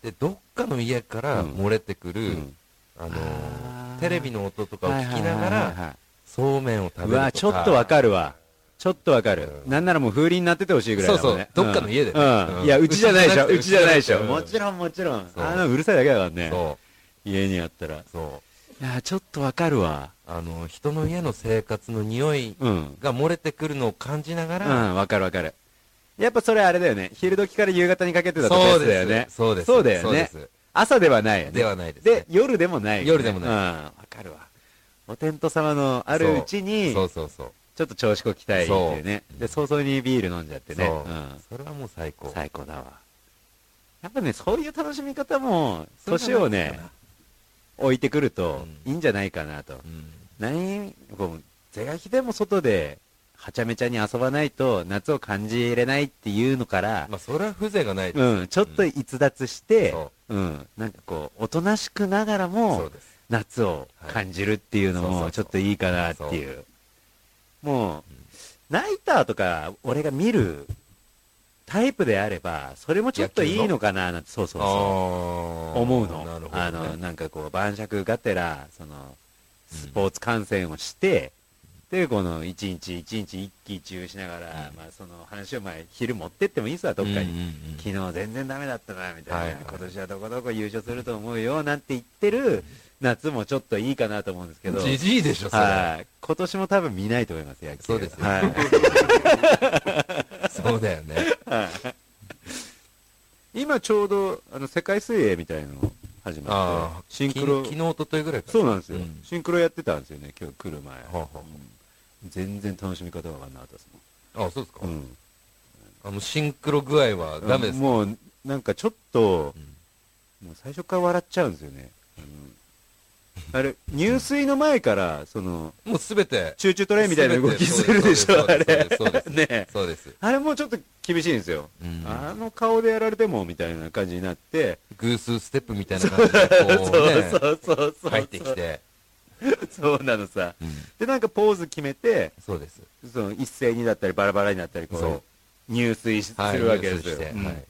[SPEAKER 3] で、どっかの家から漏れてくる、
[SPEAKER 2] うん
[SPEAKER 3] あの
[SPEAKER 2] あー
[SPEAKER 3] テレビの音とかを聞
[SPEAKER 2] は
[SPEAKER 3] きなが
[SPEAKER 2] いはいはい
[SPEAKER 3] ら、
[SPEAKER 2] はい
[SPEAKER 3] そうめんを食べる
[SPEAKER 2] う
[SPEAKER 3] とか。
[SPEAKER 2] わちょっとわかるわちょっとわかる、
[SPEAKER 3] うん
[SPEAKER 2] なんならもう風鈴になっててほしいぐらいだもんね
[SPEAKER 3] そうそうどっかの家でね
[SPEAKER 2] うん
[SPEAKER 3] うん
[SPEAKER 2] いやうちじゃないでし ょう
[SPEAKER 3] う
[SPEAKER 2] ち
[SPEAKER 3] ち
[SPEAKER 2] じ
[SPEAKER 3] じ
[SPEAKER 2] ゃ
[SPEAKER 3] ゃ
[SPEAKER 2] な
[SPEAKER 3] ない
[SPEAKER 2] で
[SPEAKER 3] いで
[SPEAKER 2] し
[SPEAKER 3] し
[SPEAKER 2] ょ
[SPEAKER 3] ょ
[SPEAKER 2] もちろんもちろん
[SPEAKER 3] そう
[SPEAKER 2] あのうるさいだけだからね
[SPEAKER 3] そう。
[SPEAKER 2] 家にあったらい
[SPEAKER 3] そう。
[SPEAKER 2] やちょっとわかるわ
[SPEAKER 3] あの、人の家の生活の匂い
[SPEAKER 2] うん
[SPEAKER 3] が漏れてくるのを感じなが
[SPEAKER 2] う
[SPEAKER 3] ら、
[SPEAKER 2] んわかるわかるやっぱそれあれだよね昼時から夕方にかけてだと
[SPEAKER 3] そう
[SPEAKER 2] ベストだよね
[SPEAKER 3] です。そうです。
[SPEAKER 2] そうだよね
[SPEAKER 3] そうです
[SPEAKER 2] 朝ではないよね
[SPEAKER 3] ではないですね
[SPEAKER 2] で夜でもないよね
[SPEAKER 3] 夜でもない
[SPEAKER 2] うんわかるわお天道様のあるうちに
[SPEAKER 3] そうそうそう。
[SPEAKER 2] ちょっと調子こきたいっていうねで早々にビール飲んじゃってね
[SPEAKER 3] そう、
[SPEAKER 2] ん
[SPEAKER 3] それはもう最高。
[SPEAKER 2] 最高だわやっぱねそういう楽しみ方も
[SPEAKER 3] それが
[SPEAKER 2] 年をね置いてくると
[SPEAKER 3] う
[SPEAKER 2] いいんじゃないかなと、
[SPEAKER 3] うん。
[SPEAKER 2] 何こう是が非でも外ではちゃめちゃに遊ばないと夏を感じれないっていうのから、
[SPEAKER 3] まあ、それは風情がないです。
[SPEAKER 2] うん、ちょっと逸脱して、
[SPEAKER 3] そ
[SPEAKER 2] うんなんかこうおとなしくながら
[SPEAKER 3] そう
[SPEAKER 2] も
[SPEAKER 3] です。
[SPEAKER 2] 夏を感じるっていうの
[SPEAKER 3] はいそうそ
[SPEAKER 2] も
[SPEAKER 3] う
[SPEAKER 2] ち
[SPEAKER 3] そ
[SPEAKER 2] ょ
[SPEAKER 3] う
[SPEAKER 2] っといいかなっていうもうナイターとか俺が見るタイプであればそれもちょっといいのかななんてそうそうそ
[SPEAKER 3] あ
[SPEAKER 2] う思うの
[SPEAKER 3] なるほど、ね。
[SPEAKER 2] あのなんかこう晩酌がてらそのスポーツ観戦をして、でこの一日一日一喜一憂しながら、まあその話を前昼持ってってもいいさどっかに、
[SPEAKER 3] うんうんうん
[SPEAKER 2] 昨日全然ダメだったなみたいな、
[SPEAKER 3] はいはい
[SPEAKER 2] 今年はどこどこ優勝すると思うよなんて言ってる夏もちょっといいかなと思うんですけど
[SPEAKER 3] じじいでしょ、それ。
[SPEAKER 2] はい今年も多分見ないと思います野球
[SPEAKER 3] そうですよ
[SPEAKER 2] はい
[SPEAKER 3] そうだよね。
[SPEAKER 2] 今ちょうどあの世界水泳みたいの始まっ
[SPEAKER 3] ああ
[SPEAKER 2] て、シンクロ
[SPEAKER 3] き昨日、一昨日ぐらいか
[SPEAKER 2] そうなんですよ、
[SPEAKER 3] ん
[SPEAKER 2] シンクロやってたんですよね今日来る前、
[SPEAKER 3] はあはあ
[SPEAKER 2] うん全然楽しみ方が分かんなかったです
[SPEAKER 3] あ、そうですか
[SPEAKER 2] もん、。うん
[SPEAKER 3] あの、シンクロ具合はダメですか
[SPEAKER 2] もうなんかちょっと、
[SPEAKER 3] うん
[SPEAKER 2] もう最初から笑っちゃうんですよね、うんあ れ入水の前からその
[SPEAKER 3] もうすべて。
[SPEAKER 2] チューチュートレイみたいな動きするでしょあ
[SPEAKER 3] そう
[SPEAKER 2] れ
[SPEAKER 3] ですそうですそうですそう
[SPEAKER 2] ねえ
[SPEAKER 3] そうです。
[SPEAKER 2] あれもちょっと厳しいんですよ、
[SPEAKER 3] うん
[SPEAKER 2] あの顔でやられてもみたいな感じになって、
[SPEAKER 3] 偶数ステップみたいな感じで、こ
[SPEAKER 2] そう
[SPEAKER 3] うね、
[SPEAKER 2] そうそうそう
[SPEAKER 3] 入ってきて。
[SPEAKER 2] そうなのさ
[SPEAKER 3] うん
[SPEAKER 2] でなんかポーズ決めて
[SPEAKER 3] そうです。
[SPEAKER 2] その一斉にだったりバラバラになったりこ
[SPEAKER 3] そう
[SPEAKER 2] う入水しす
[SPEAKER 3] はい
[SPEAKER 2] るわけです
[SPEAKER 3] 入
[SPEAKER 2] よ、
[SPEAKER 3] 水して
[SPEAKER 2] うん
[SPEAKER 3] はい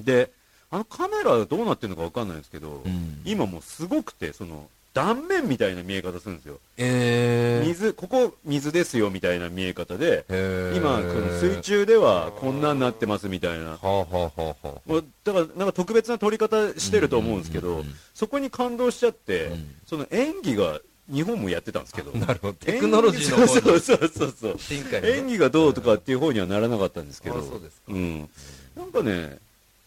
[SPEAKER 2] であのカメラどうなってるのかわかんないですけど、
[SPEAKER 3] うん
[SPEAKER 2] 今もうすごくてその断面みたいな見え方するんですよ
[SPEAKER 3] えー
[SPEAKER 2] 水ここ水ですよみたいな見え方で
[SPEAKER 3] へー。
[SPEAKER 2] 今この水中ではこんなんなってますみたいな
[SPEAKER 3] はあはあはあはあ
[SPEAKER 2] もうだからなんか特別な撮り方してると思うんですけ
[SPEAKER 3] うんうん
[SPEAKER 2] ど
[SPEAKER 3] うんうん
[SPEAKER 2] そこに感動しちゃって、
[SPEAKER 3] うん
[SPEAKER 2] その演技が日本もやってたんですけど
[SPEAKER 3] なるほど。 テクノロジーの
[SPEAKER 2] 演技そ
[SPEAKER 3] 方
[SPEAKER 2] う
[SPEAKER 3] に
[SPEAKER 2] そうそうそう
[SPEAKER 3] 進化にね
[SPEAKER 2] 演技がどうとかっていう方にはならなかったんですけど、
[SPEAKER 3] あそうですか
[SPEAKER 2] ん、なんかね、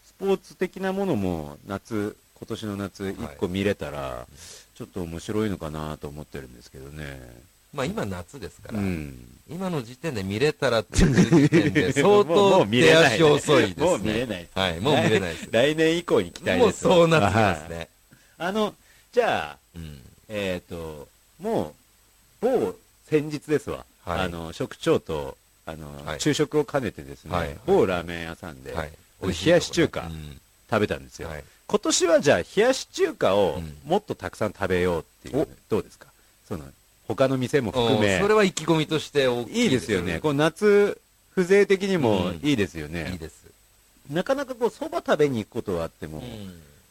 [SPEAKER 2] スポーツ的なものも夏、今年の夏、一個見れたら、ちょっと面白いのかなと思ってるんですけどね、
[SPEAKER 3] まあ今夏ですか
[SPEAKER 2] う
[SPEAKER 3] ら、
[SPEAKER 2] ん、
[SPEAKER 3] 今の時点で見れたらっていう時 点で、相
[SPEAKER 2] もうもう
[SPEAKER 3] 当
[SPEAKER 2] 見れ
[SPEAKER 3] 手
[SPEAKER 2] ない
[SPEAKER 3] 足遅いですね。
[SPEAKER 2] もう見れない
[SPEAKER 3] はい、もう見れないです。
[SPEAKER 2] 来年以降 に期待です
[SPEAKER 3] もうそうなってきます
[SPEAKER 2] はい
[SPEAKER 3] ね。
[SPEAKER 2] あのじゃあ、
[SPEAKER 3] うん。
[SPEAKER 2] えっ、と、もう、某先日ですわ、
[SPEAKER 3] はい
[SPEAKER 2] あの職長とあの、
[SPEAKER 3] はい
[SPEAKER 2] 昼食を兼ねてですね、
[SPEAKER 3] はい
[SPEAKER 2] 某ラーメン屋さんで、
[SPEAKER 3] はい。
[SPEAKER 2] 俺冷やし中華
[SPEAKER 3] うん
[SPEAKER 2] 食べたんですよ。
[SPEAKER 3] はい。
[SPEAKER 2] 今年はじゃあ冷やし中華を
[SPEAKER 3] うん
[SPEAKER 2] もっとたくさん食べようっていう、
[SPEAKER 3] お
[SPEAKER 2] どうですかその他の店も含
[SPEAKER 3] お
[SPEAKER 2] め
[SPEAKER 3] ーそれは意気込みとして大きい
[SPEAKER 2] いいですよねこの夏風情的にもいいですよね、
[SPEAKER 3] いいです。
[SPEAKER 2] なかなかこうそば食べに行くことはあっても、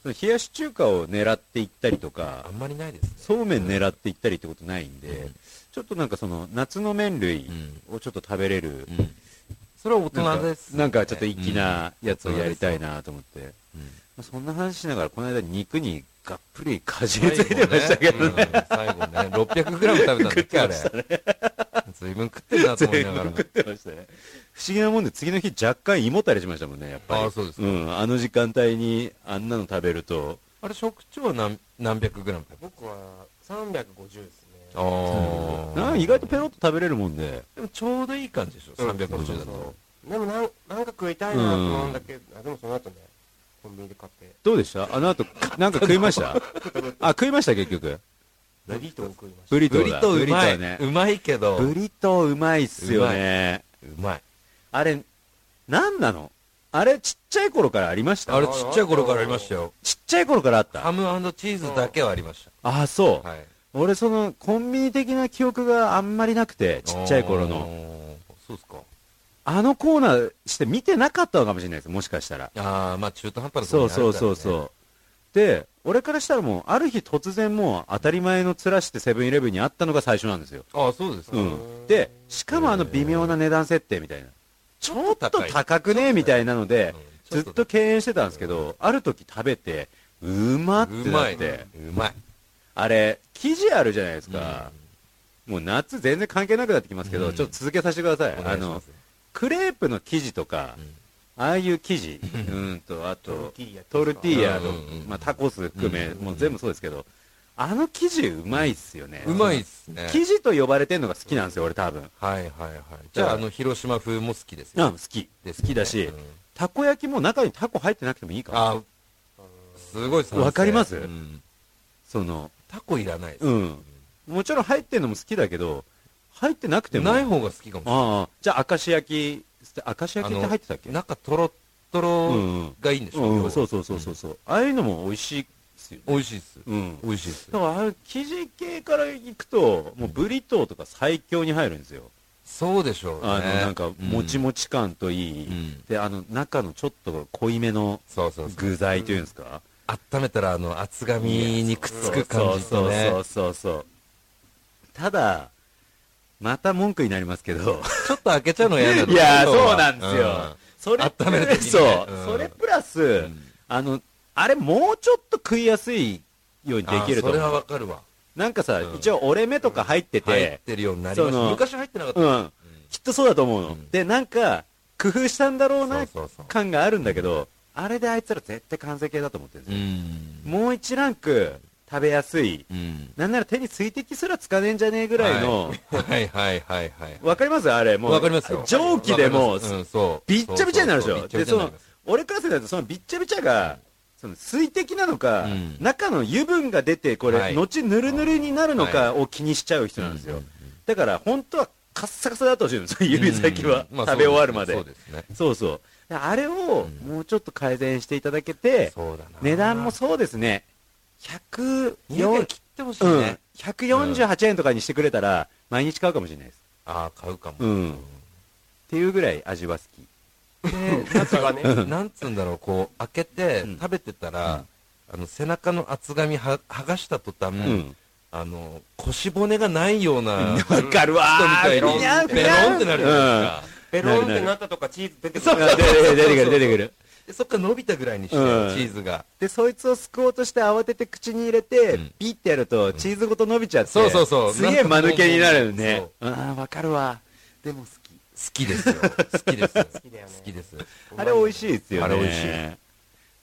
[SPEAKER 2] その冷やし中華を狙っていったりと
[SPEAKER 3] あ
[SPEAKER 2] か
[SPEAKER 3] んまりないですね。
[SPEAKER 2] そうめん狙っていったりってことないんで、
[SPEAKER 3] うん
[SPEAKER 2] ちょっとなんかその夏の麺類をちょっと食べれる、
[SPEAKER 3] うんそれは大
[SPEAKER 2] なん
[SPEAKER 3] 人
[SPEAKER 2] か
[SPEAKER 3] ですね。
[SPEAKER 2] なんかちょっと粋なやつをやりたいなと思って、
[SPEAKER 3] うん。
[SPEAKER 2] まあそんな話しながらこの間肉にがっぷりかじりついてましたけどね
[SPEAKER 3] 最後ね、うん最後ね、600グラム食べたんだっけ、あれ。 随分食ってんなと思いながら。
[SPEAKER 2] 食 ってましたね不思議なもんで次の日若干胃もたれしましたもんねやっぱり
[SPEAKER 3] ああ、そうですか。
[SPEAKER 2] うん、あの時間帯にあんなの食べると
[SPEAKER 3] あれ、食長は何何百グラムだっけ
[SPEAKER 4] 僕は350ですね。
[SPEAKER 3] あー
[SPEAKER 2] な意外とペロッと食べれるもんで。
[SPEAKER 3] でもちょうどいい感じでしょ、350だと。
[SPEAKER 4] でもなん、なんか食いたいなと思うんだけど、あ、でもその後ね、コンビニで買って、
[SPEAKER 2] どうでしたあの後、なんか食いま したあ、食いました結局。
[SPEAKER 4] ブリトーを食いました。
[SPEAKER 2] ブリトー
[SPEAKER 3] ブリ
[SPEAKER 2] だ。
[SPEAKER 3] トーうま
[SPEAKER 2] ブリトーね
[SPEAKER 3] い。うまいけど、
[SPEAKER 2] ブ
[SPEAKER 3] う
[SPEAKER 2] リトーうまいっすよね。
[SPEAKER 3] まい。
[SPEAKER 2] あれ、なんなのあれ、ちっちゃい頃からありました
[SPEAKER 3] あれ、ちっちゃい頃からありましたよ。
[SPEAKER 2] ちっちゃい頃からあった
[SPEAKER 3] ハムチーズだけはありまし
[SPEAKER 2] ああ、そ
[SPEAKER 3] た。
[SPEAKER 2] う。
[SPEAKER 3] はい。
[SPEAKER 2] 俺、その、コンビニ的な記憶があんまりなくて、ちっちゃい頃の。
[SPEAKER 3] の。そうですか。
[SPEAKER 2] あのコーナーして見てなかったのかもしれないです、もしかしたら。
[SPEAKER 3] ああ、まあ中途半端なとこ
[SPEAKER 2] そ
[SPEAKER 3] ろ
[SPEAKER 2] う
[SPEAKER 3] にある
[SPEAKER 2] そうそう
[SPEAKER 3] からね
[SPEAKER 2] そう。で、俺からしたらもう、ある日突然もう、当たり前の面してセブンイレブンにあったのが最初なんですよ。
[SPEAKER 3] ああ、そうですか。
[SPEAKER 2] う
[SPEAKER 3] うん
[SPEAKER 2] ん。で、しかもあの微妙な値段設定みたいな。ちょっと
[SPEAKER 3] 高い
[SPEAKER 2] 高くねみたいなので、ずっと
[SPEAKER 3] ち
[SPEAKER 2] 敬遠してたんですけど、ある時食べて、うま
[SPEAKER 3] ょ
[SPEAKER 2] っ
[SPEAKER 3] ってとう
[SPEAKER 2] な
[SPEAKER 3] ま
[SPEAKER 2] っ
[SPEAKER 3] い。
[SPEAKER 2] て、
[SPEAKER 3] うまい。
[SPEAKER 2] あれ、生地あるじゃないです
[SPEAKER 3] うん
[SPEAKER 2] か。もう夏全然関係なくなってきますけど、
[SPEAKER 3] うん
[SPEAKER 2] ちょっと続けさせてください。
[SPEAKER 3] お願
[SPEAKER 2] あ
[SPEAKER 3] いしま
[SPEAKER 2] の
[SPEAKER 3] す、
[SPEAKER 2] クレープの生地とか、ああいう生地、うんと、あ
[SPEAKER 4] トル
[SPEAKER 2] と
[SPEAKER 4] テ、ィーヤ
[SPEAKER 2] トルティーヤの
[SPEAKER 3] うんうんう、ん
[SPEAKER 2] まあ、タコス含め、
[SPEAKER 3] うん
[SPEAKER 2] もう全部そうですけど、あの生地うまいっすよね。
[SPEAKER 3] うんうまいっすね。
[SPEAKER 2] 生地と呼ばれてんのが好きなんですよ、俺多分。
[SPEAKER 3] はいはいはい。じゃあ、あの、広島風も好きです
[SPEAKER 2] う
[SPEAKER 3] よ
[SPEAKER 2] ん、好き。
[SPEAKER 3] です
[SPEAKER 2] 好きだし
[SPEAKER 3] うん
[SPEAKER 2] たこ焼きも中にタコ入ってなくてもいいから。
[SPEAKER 3] あすごい賛成
[SPEAKER 2] わかります
[SPEAKER 3] うん
[SPEAKER 2] その、
[SPEAKER 3] タコいらないです。
[SPEAKER 2] うん。もちろん入ってんのも好きだけど、入ってなくても。
[SPEAKER 3] ない方が好きかもしれない。
[SPEAKER 2] ああ、じゃあ、明石焼き、明石焼きって入ってたっけ
[SPEAKER 3] 中トロット
[SPEAKER 2] うんう
[SPEAKER 3] ロ
[SPEAKER 2] ん
[SPEAKER 3] がいいんでし
[SPEAKER 2] うん
[SPEAKER 3] ょ
[SPEAKER 2] うん、そうそうそうそうそう、ああいうのも美味しいですよね。
[SPEAKER 3] 美味しいっす。
[SPEAKER 2] うん。
[SPEAKER 3] 美味しいっす
[SPEAKER 2] だ。から、ああいう生地系から行くと、もうブリトーとか最強に入るんですよ。
[SPEAKER 3] そうでしょうね。
[SPEAKER 2] あの、なんか、もち
[SPEAKER 3] も
[SPEAKER 2] もち感といい、
[SPEAKER 3] うん
[SPEAKER 2] で、あの、中のちょっと濃いめの
[SPEAKER 3] そうそうそう。
[SPEAKER 2] 具材というんですか。
[SPEAKER 3] 温めたら、あの、厚紙にくっつく
[SPEAKER 2] そ
[SPEAKER 3] 感
[SPEAKER 2] う
[SPEAKER 3] じ
[SPEAKER 2] そ
[SPEAKER 3] と
[SPEAKER 2] う
[SPEAKER 3] ね
[SPEAKER 2] そ。うそうそう。ただ、また文句になりますけど、
[SPEAKER 3] ちょっと開けちゃうの嫌なの
[SPEAKER 2] いやー、そうなんですよ。それ
[SPEAKER 3] 温める時にね
[SPEAKER 2] そう、
[SPEAKER 3] うん
[SPEAKER 2] それプラス、
[SPEAKER 3] ん
[SPEAKER 2] あの、あれもうちょっと食いやすいようにできると
[SPEAKER 3] あーそれは
[SPEAKER 2] 思う。
[SPEAKER 3] わかるわ。
[SPEAKER 2] なんかさ、
[SPEAKER 3] うん
[SPEAKER 2] 一応折れ目とか入って
[SPEAKER 3] 入
[SPEAKER 2] て
[SPEAKER 3] っ、てるようになりまし
[SPEAKER 2] その
[SPEAKER 3] た。昔入ってなかった。
[SPEAKER 2] うん、
[SPEAKER 3] うん
[SPEAKER 2] きっとそうだと思うの。
[SPEAKER 3] うん
[SPEAKER 2] で、なんか、工夫したんだろう
[SPEAKER 3] そ
[SPEAKER 2] な
[SPEAKER 3] うそうそう。
[SPEAKER 2] 感があるんだけど、あれであいつら絶対完成形だと思ってるんで
[SPEAKER 3] う
[SPEAKER 2] すよ。
[SPEAKER 3] ん。
[SPEAKER 2] もう一ランク食べやすい。
[SPEAKER 3] うん。
[SPEAKER 2] なんなら手に水滴すらつかねえんじゃねえぐらいの、
[SPEAKER 3] はいはいはいはい。
[SPEAKER 2] わかりますあれ、もう。
[SPEAKER 3] わかりますよ。
[SPEAKER 2] 蒸気でも
[SPEAKER 3] わ
[SPEAKER 2] う
[SPEAKER 3] かりますうん、そう。
[SPEAKER 2] びっちゃびちゃになるでしょ。
[SPEAKER 3] そうそうそうび
[SPEAKER 2] で、そ
[SPEAKER 3] っちゃびちゃにな
[SPEAKER 2] の
[SPEAKER 3] ります、
[SPEAKER 2] 俺からすると、そのびっちゃびちゃが、その水滴なのか、
[SPEAKER 3] うん
[SPEAKER 2] 中の油分が出て、これ、
[SPEAKER 3] はい
[SPEAKER 2] 後ぬるぬるになるの
[SPEAKER 3] は
[SPEAKER 2] かを気にしちゃう人なんですよ。
[SPEAKER 3] うんうん
[SPEAKER 2] だから、本当はカッサカサだとしてるんですよ、指先は。
[SPEAKER 3] うんまあ
[SPEAKER 2] 食べ終わるまで。
[SPEAKER 3] そうですね。
[SPEAKER 2] そうそうあれを、
[SPEAKER 3] うん
[SPEAKER 2] もうちょっと改善していただけて、
[SPEAKER 3] そうだな。
[SPEAKER 2] 値段もそうですね、104、
[SPEAKER 3] 200円切ってほしい
[SPEAKER 2] うん
[SPEAKER 3] ね。、
[SPEAKER 2] 148円とかにしてくれたら、毎日買うかもしれないです。
[SPEAKER 3] ああ、買うかも。
[SPEAKER 2] うんっていうぐらい味は好き。
[SPEAKER 4] 夏がね、
[SPEAKER 3] なんつうんだろう、こう、開けて
[SPEAKER 2] うん、
[SPEAKER 3] 食べてたら、あの、背中の厚紙は剥がした途端、
[SPEAKER 2] うん
[SPEAKER 3] あの、腰骨がないような、人み
[SPEAKER 2] わかるわー
[SPEAKER 3] たいに
[SPEAKER 2] ふにゃ、ふ
[SPEAKER 3] ペ
[SPEAKER 2] に
[SPEAKER 3] ロン
[SPEAKER 2] ゃ
[SPEAKER 3] ってなるじゃないですか。
[SPEAKER 4] ペロンってなったとかチーズ出てく
[SPEAKER 2] そう
[SPEAKER 4] る。
[SPEAKER 2] 出てくる出てくる出てくる
[SPEAKER 3] でそっから伸びたぐらいにして、チ
[SPEAKER 2] うん
[SPEAKER 3] ーズが。
[SPEAKER 2] でそいつを救おうとして慌てて口に入れて、
[SPEAKER 3] うん
[SPEAKER 2] ピッてやるとチーズごと伸びちゃって、
[SPEAKER 3] そうそうそう
[SPEAKER 2] すげえ間抜けになるよね
[SPEAKER 3] そう
[SPEAKER 2] うんわかるわでも好き
[SPEAKER 3] 好きですよ。好きですよ。好
[SPEAKER 4] きだよね
[SPEAKER 3] 好きです。
[SPEAKER 2] あれ美味しいですよね
[SPEAKER 3] あれ美味しい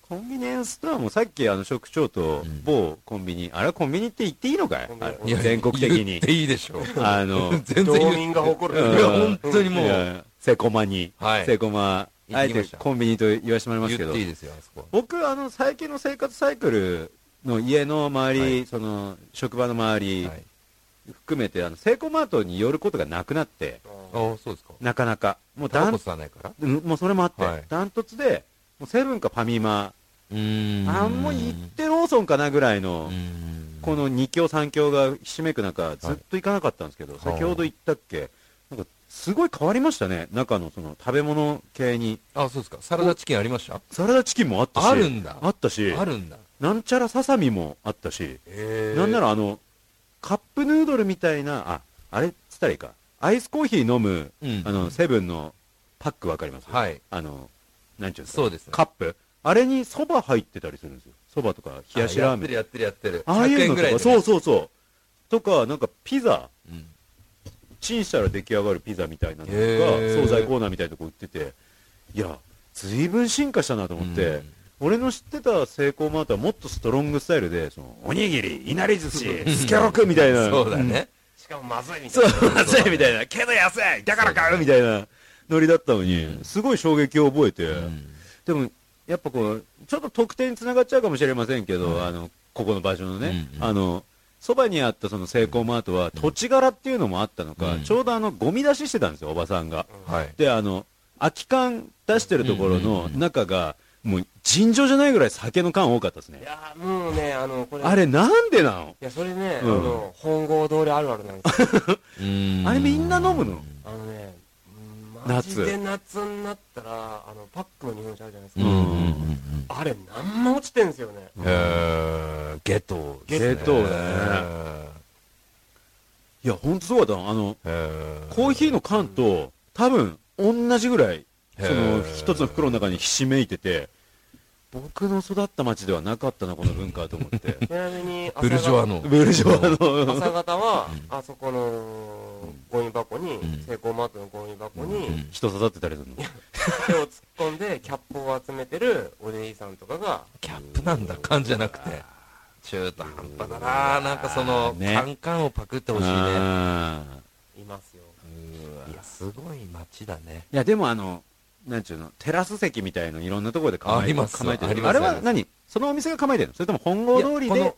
[SPEAKER 2] コンビニエンスストアもさっきあの職長と
[SPEAKER 3] ん
[SPEAKER 2] 某コンビニ、あれはコンビニって言っていいのかい
[SPEAKER 4] コンビニ
[SPEAKER 2] あ
[SPEAKER 4] い
[SPEAKER 2] れ全国的
[SPEAKER 3] 言
[SPEAKER 2] に
[SPEAKER 3] っていいでしょう。
[SPEAKER 2] あの
[SPEAKER 3] 全然
[SPEAKER 4] 道
[SPEAKER 3] 言
[SPEAKER 4] 民が誇る。
[SPEAKER 2] うん
[SPEAKER 3] う。いや、本当にも、
[SPEAKER 2] いうやセコマに、
[SPEAKER 3] はい
[SPEAKER 2] セコマあえ
[SPEAKER 3] 行ってきま
[SPEAKER 2] て
[SPEAKER 3] した
[SPEAKER 2] コンビニと言わせてもらいますけ
[SPEAKER 3] 言っ
[SPEAKER 2] ど
[SPEAKER 3] ていいですよ、あそこは。
[SPEAKER 2] 僕あの最近の生活サイクルの家の周り、
[SPEAKER 3] はい
[SPEAKER 2] その職場の周り、
[SPEAKER 3] はい
[SPEAKER 2] 含めてあのセイコーマートに寄ることがなくなって
[SPEAKER 3] ああ、そうですか。
[SPEAKER 2] なかなかもうダ
[SPEAKER 3] タバコ
[SPEAKER 2] ン
[SPEAKER 3] 吸わないから
[SPEAKER 2] うんもうそれもあって、
[SPEAKER 3] はい
[SPEAKER 2] ダントツでもうセブンかファミマ
[SPEAKER 3] うーん
[SPEAKER 2] あんもう行ってローソンかなぐらいの、こ
[SPEAKER 3] の、
[SPEAKER 2] の2強3強がひしめく中ずっと行かなかったんですけど、
[SPEAKER 3] い
[SPEAKER 2] 先ほど言ったっけなんかすごい変わりましたね中のその食べ物系に
[SPEAKER 3] あ、そうですか。サラダチキンありました
[SPEAKER 2] サラダチキンもあったし
[SPEAKER 3] あるんだ
[SPEAKER 2] あったし
[SPEAKER 3] あるんだ。
[SPEAKER 2] なんちゃらささみもあったし、
[SPEAKER 4] え
[SPEAKER 2] なんならあの、カップヌードルみたいな、あ、あれっつったらいいか。アイスコーヒー飲む、
[SPEAKER 3] うん
[SPEAKER 2] あの、セブンのパックわかります
[SPEAKER 3] はい。
[SPEAKER 2] あの、なんちゅうんですか
[SPEAKER 3] そうですね
[SPEAKER 2] カップ。あれに蕎麦入ってたりするんですよ。�蕎麦とか冷やしラーメン。
[SPEAKER 3] やってるやってるやってる。
[SPEAKER 2] ああいう
[SPEAKER 3] 100
[SPEAKER 2] の
[SPEAKER 3] 円
[SPEAKER 2] と
[SPEAKER 3] ぐらい
[SPEAKER 2] か、
[SPEAKER 3] でね
[SPEAKER 2] そうそうそう。とか、なんかピザ、
[SPEAKER 3] うん。
[SPEAKER 2] チンしたら出来上がるピザみたいなのとか、
[SPEAKER 3] へー
[SPEAKER 2] 惣菜コーナーみたいなとこ売ってて、いや、ずいぶん進化したなと思って、
[SPEAKER 3] うん
[SPEAKER 2] 俺の知ってたセイコーマートはもっとストロングスタイルで、その、おにぎり、いなり寿 司、スキャロクみたいな。
[SPEAKER 3] そうだね。
[SPEAKER 4] しかもまずいみ
[SPEAKER 2] そ
[SPEAKER 4] たいうな。、
[SPEAKER 2] 安いみたいな。けど安いだから買うみたいなノリだったのに、すごい衝撃を覚えて、でも、やっぱこう、ちょっと特典につながっちゃうかもしれませんけど、あの、ここの場所のね、
[SPEAKER 3] うんうん
[SPEAKER 2] あの、そばにあったそのセイコーマートは、土地柄っていうのもあったのか、
[SPEAKER 3] うん
[SPEAKER 2] ちょうどあの、ゴミ出ししてたんですよ、おばさんが。
[SPEAKER 3] はい。
[SPEAKER 2] で、あの、空き缶出してるところ
[SPEAKER 3] うんうん
[SPEAKER 2] の
[SPEAKER 3] うんうん
[SPEAKER 2] 中が、もう尋常じゃないぐらい酒の缶多かったです
[SPEAKER 4] い
[SPEAKER 2] ね。
[SPEAKER 4] やーもうね、あの、これ。
[SPEAKER 2] あれなんでなの
[SPEAKER 4] いや、それね、
[SPEAKER 2] うん
[SPEAKER 4] あの、本郷通りあるあるなんですよ。
[SPEAKER 2] あれみんな飲むの
[SPEAKER 4] あのね、うんマジで夏になったら、あの、パックの日本酒あるじゃないです
[SPEAKER 3] うん
[SPEAKER 4] か。
[SPEAKER 3] うんうんうん。
[SPEAKER 4] あれ、なんも落ちてんですよね。
[SPEAKER 3] えー、ゲトですね
[SPEAKER 2] ゲトだねいや、ほんとそうだったの。あの、
[SPEAKER 3] えー
[SPEAKER 2] コーヒーの缶と、多分、同じぐらい、
[SPEAKER 3] へー
[SPEAKER 2] その、一つの袋の中にひしめいてて、僕の育った町ではなかったな、この文化はと思 って。
[SPEAKER 4] ちなみに、
[SPEAKER 3] ブルジョワの。
[SPEAKER 2] ブルジョワの、
[SPEAKER 4] 朝方は、あそこのゴミ箱に、
[SPEAKER 3] ん
[SPEAKER 4] セイコーマートのゴミ箱に
[SPEAKER 2] 人育ってたりするの。
[SPEAKER 4] 手を突っ込んでキャップを集めてるおじいさんとかが、
[SPEAKER 3] キャップなんだ、缶じゃなくて。中途半端だななんかその、
[SPEAKER 2] ね
[SPEAKER 3] カンカンをパクってほしいね。
[SPEAKER 2] あー
[SPEAKER 4] いますよ。
[SPEAKER 3] いや、すごい街だね。
[SPEAKER 2] いや、でもあの、なんちゅうの、テラス席みたいのいろんなところで構え
[SPEAKER 3] あります
[SPEAKER 2] 構えて
[SPEAKER 3] あり
[SPEAKER 2] る。
[SPEAKER 3] ます
[SPEAKER 2] あれ
[SPEAKER 3] あり
[SPEAKER 2] は
[SPEAKER 3] ます
[SPEAKER 2] 何そのお店が構えてるのそれとも本郷通り
[SPEAKER 3] いや
[SPEAKER 2] で、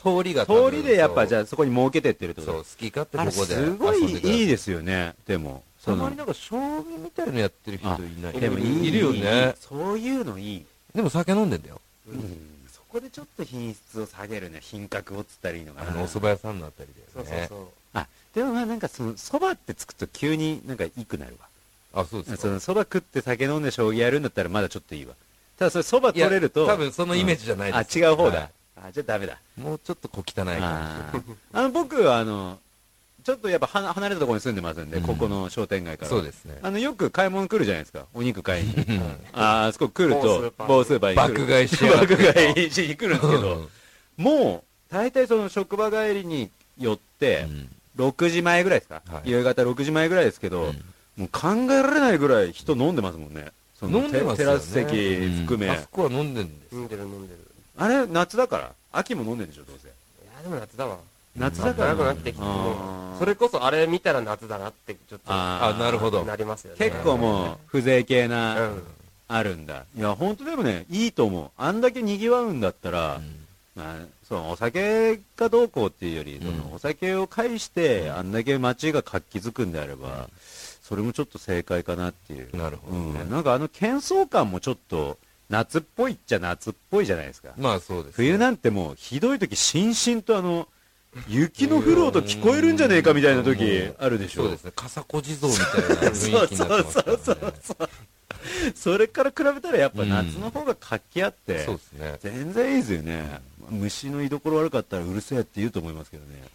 [SPEAKER 3] この通りが多
[SPEAKER 2] 通
[SPEAKER 3] 分
[SPEAKER 2] りでやっぱじゃ
[SPEAKER 3] あ
[SPEAKER 2] あそこに設けてってるってこ
[SPEAKER 3] そう、
[SPEAKER 2] と
[SPEAKER 3] 好き勝手
[SPEAKER 2] あ
[SPEAKER 3] こ
[SPEAKER 2] れ
[SPEAKER 3] こで。
[SPEAKER 2] すごいいい
[SPEAKER 3] で
[SPEAKER 2] ですよね、でも。
[SPEAKER 3] あ
[SPEAKER 2] そ
[SPEAKER 3] んま
[SPEAKER 2] の
[SPEAKER 3] りなんか将棋みたいのやってる人いない。
[SPEAKER 4] あ
[SPEAKER 2] でもいい
[SPEAKER 3] いるよね。
[SPEAKER 2] そういうのいい。
[SPEAKER 3] でも酒飲んでんだよ。
[SPEAKER 2] そこでちょっと品質を下げるね、品格をつったらいいのか
[SPEAKER 3] あ
[SPEAKER 2] な。
[SPEAKER 3] の、お蕎麦屋さんのあたり
[SPEAKER 4] そう
[SPEAKER 3] だ
[SPEAKER 4] そ
[SPEAKER 3] よ
[SPEAKER 4] う
[SPEAKER 3] ね
[SPEAKER 4] そ。う。
[SPEAKER 2] あ、でもまあなんかその、蕎麦ってつくと急になんかいいくなる
[SPEAKER 3] あ、そうで
[SPEAKER 2] わ。
[SPEAKER 3] す
[SPEAKER 2] そ
[SPEAKER 3] か
[SPEAKER 2] の、。蕎麦食って酒飲んで将棋やるんだったらまだちょっといいわ。ただそれ蕎麦取れると。
[SPEAKER 3] いや多分そのイメージじゃないです
[SPEAKER 2] うんあ、違う方
[SPEAKER 3] は
[SPEAKER 2] だ。あ、じゃあダメだ。
[SPEAKER 3] もうちょっと小汚い感
[SPEAKER 2] あ ーあの、僕はあの、ちょっとやっぱは離れたところに住んでますんで、
[SPEAKER 3] うん
[SPEAKER 2] ここの商店街か
[SPEAKER 3] じ。
[SPEAKER 2] ら。
[SPEAKER 3] そうですね。
[SPEAKER 2] あの、よく買い物来るじゃないですか。お肉買いに。
[SPEAKER 3] うん
[SPEAKER 2] あーあそこ来る
[SPEAKER 4] 某スー
[SPEAKER 2] と
[SPEAKER 4] パ、ー
[SPEAKER 2] 某スーパーに来る。
[SPEAKER 3] 爆買いしやがって
[SPEAKER 2] 爆買いしに来るんですけど、
[SPEAKER 3] うん
[SPEAKER 2] もう、大体その職場帰りに寄って、6時前ぐらいですか、
[SPEAKER 3] はい
[SPEAKER 2] 夕方6時前ぐらいですけど、もう考えられないぐらい人飲んでますもんね。その
[SPEAKER 3] 飲んでます
[SPEAKER 2] テ
[SPEAKER 3] よね
[SPEAKER 2] ラス席含め。
[SPEAKER 3] あそこは飲んでんです。
[SPEAKER 4] 飲んでる飲んでる。
[SPEAKER 2] あれ、夏だから秋も飲んでるでしょ、どうせ。
[SPEAKER 4] いや、でも夏だわ。
[SPEAKER 2] 夏だ
[SPEAKER 4] 暖
[SPEAKER 2] か。
[SPEAKER 4] からくなってきて
[SPEAKER 2] あ
[SPEAKER 4] も
[SPEAKER 2] ー
[SPEAKER 4] う、それこそあれ見たら夏だなって、ちょっと。
[SPEAKER 2] あー
[SPEAKER 3] あなるほど
[SPEAKER 4] なりますよね。
[SPEAKER 2] 結構もう、風情系
[SPEAKER 4] う
[SPEAKER 2] な、
[SPEAKER 4] ん。
[SPEAKER 2] あるんだ。いや、ほんとでもね、いいと思う。あんだけ賑わうんだったら、まあ、そのお酒がどうこうっていうより、
[SPEAKER 3] うん
[SPEAKER 2] そのお酒を介して、あんだけ街が活気づくんであれば、それもちょっと正解かなっていう。
[SPEAKER 3] なるほ
[SPEAKER 2] う
[SPEAKER 3] ど
[SPEAKER 2] ん、
[SPEAKER 3] ね。
[SPEAKER 2] なんかあの喧騒感もちょっと、夏っぽいっちゃ夏っぽいじゃないですか。
[SPEAKER 3] まあそうですね。
[SPEAKER 2] 冬なんてもう、ひどい時、しんしんとあの、雪の降る音聞こえるんじゃねえかみたいな時あるでしょ。
[SPEAKER 3] そうですね。笠子地蔵みたいな雰囲気になってますからね。
[SPEAKER 2] そうそうそれから比べたらやっぱ夏の方が活気あって、
[SPEAKER 3] そうですね。
[SPEAKER 2] 全然いいですよね。虫の居所悪かったらうるせえって言うと思いますけどね。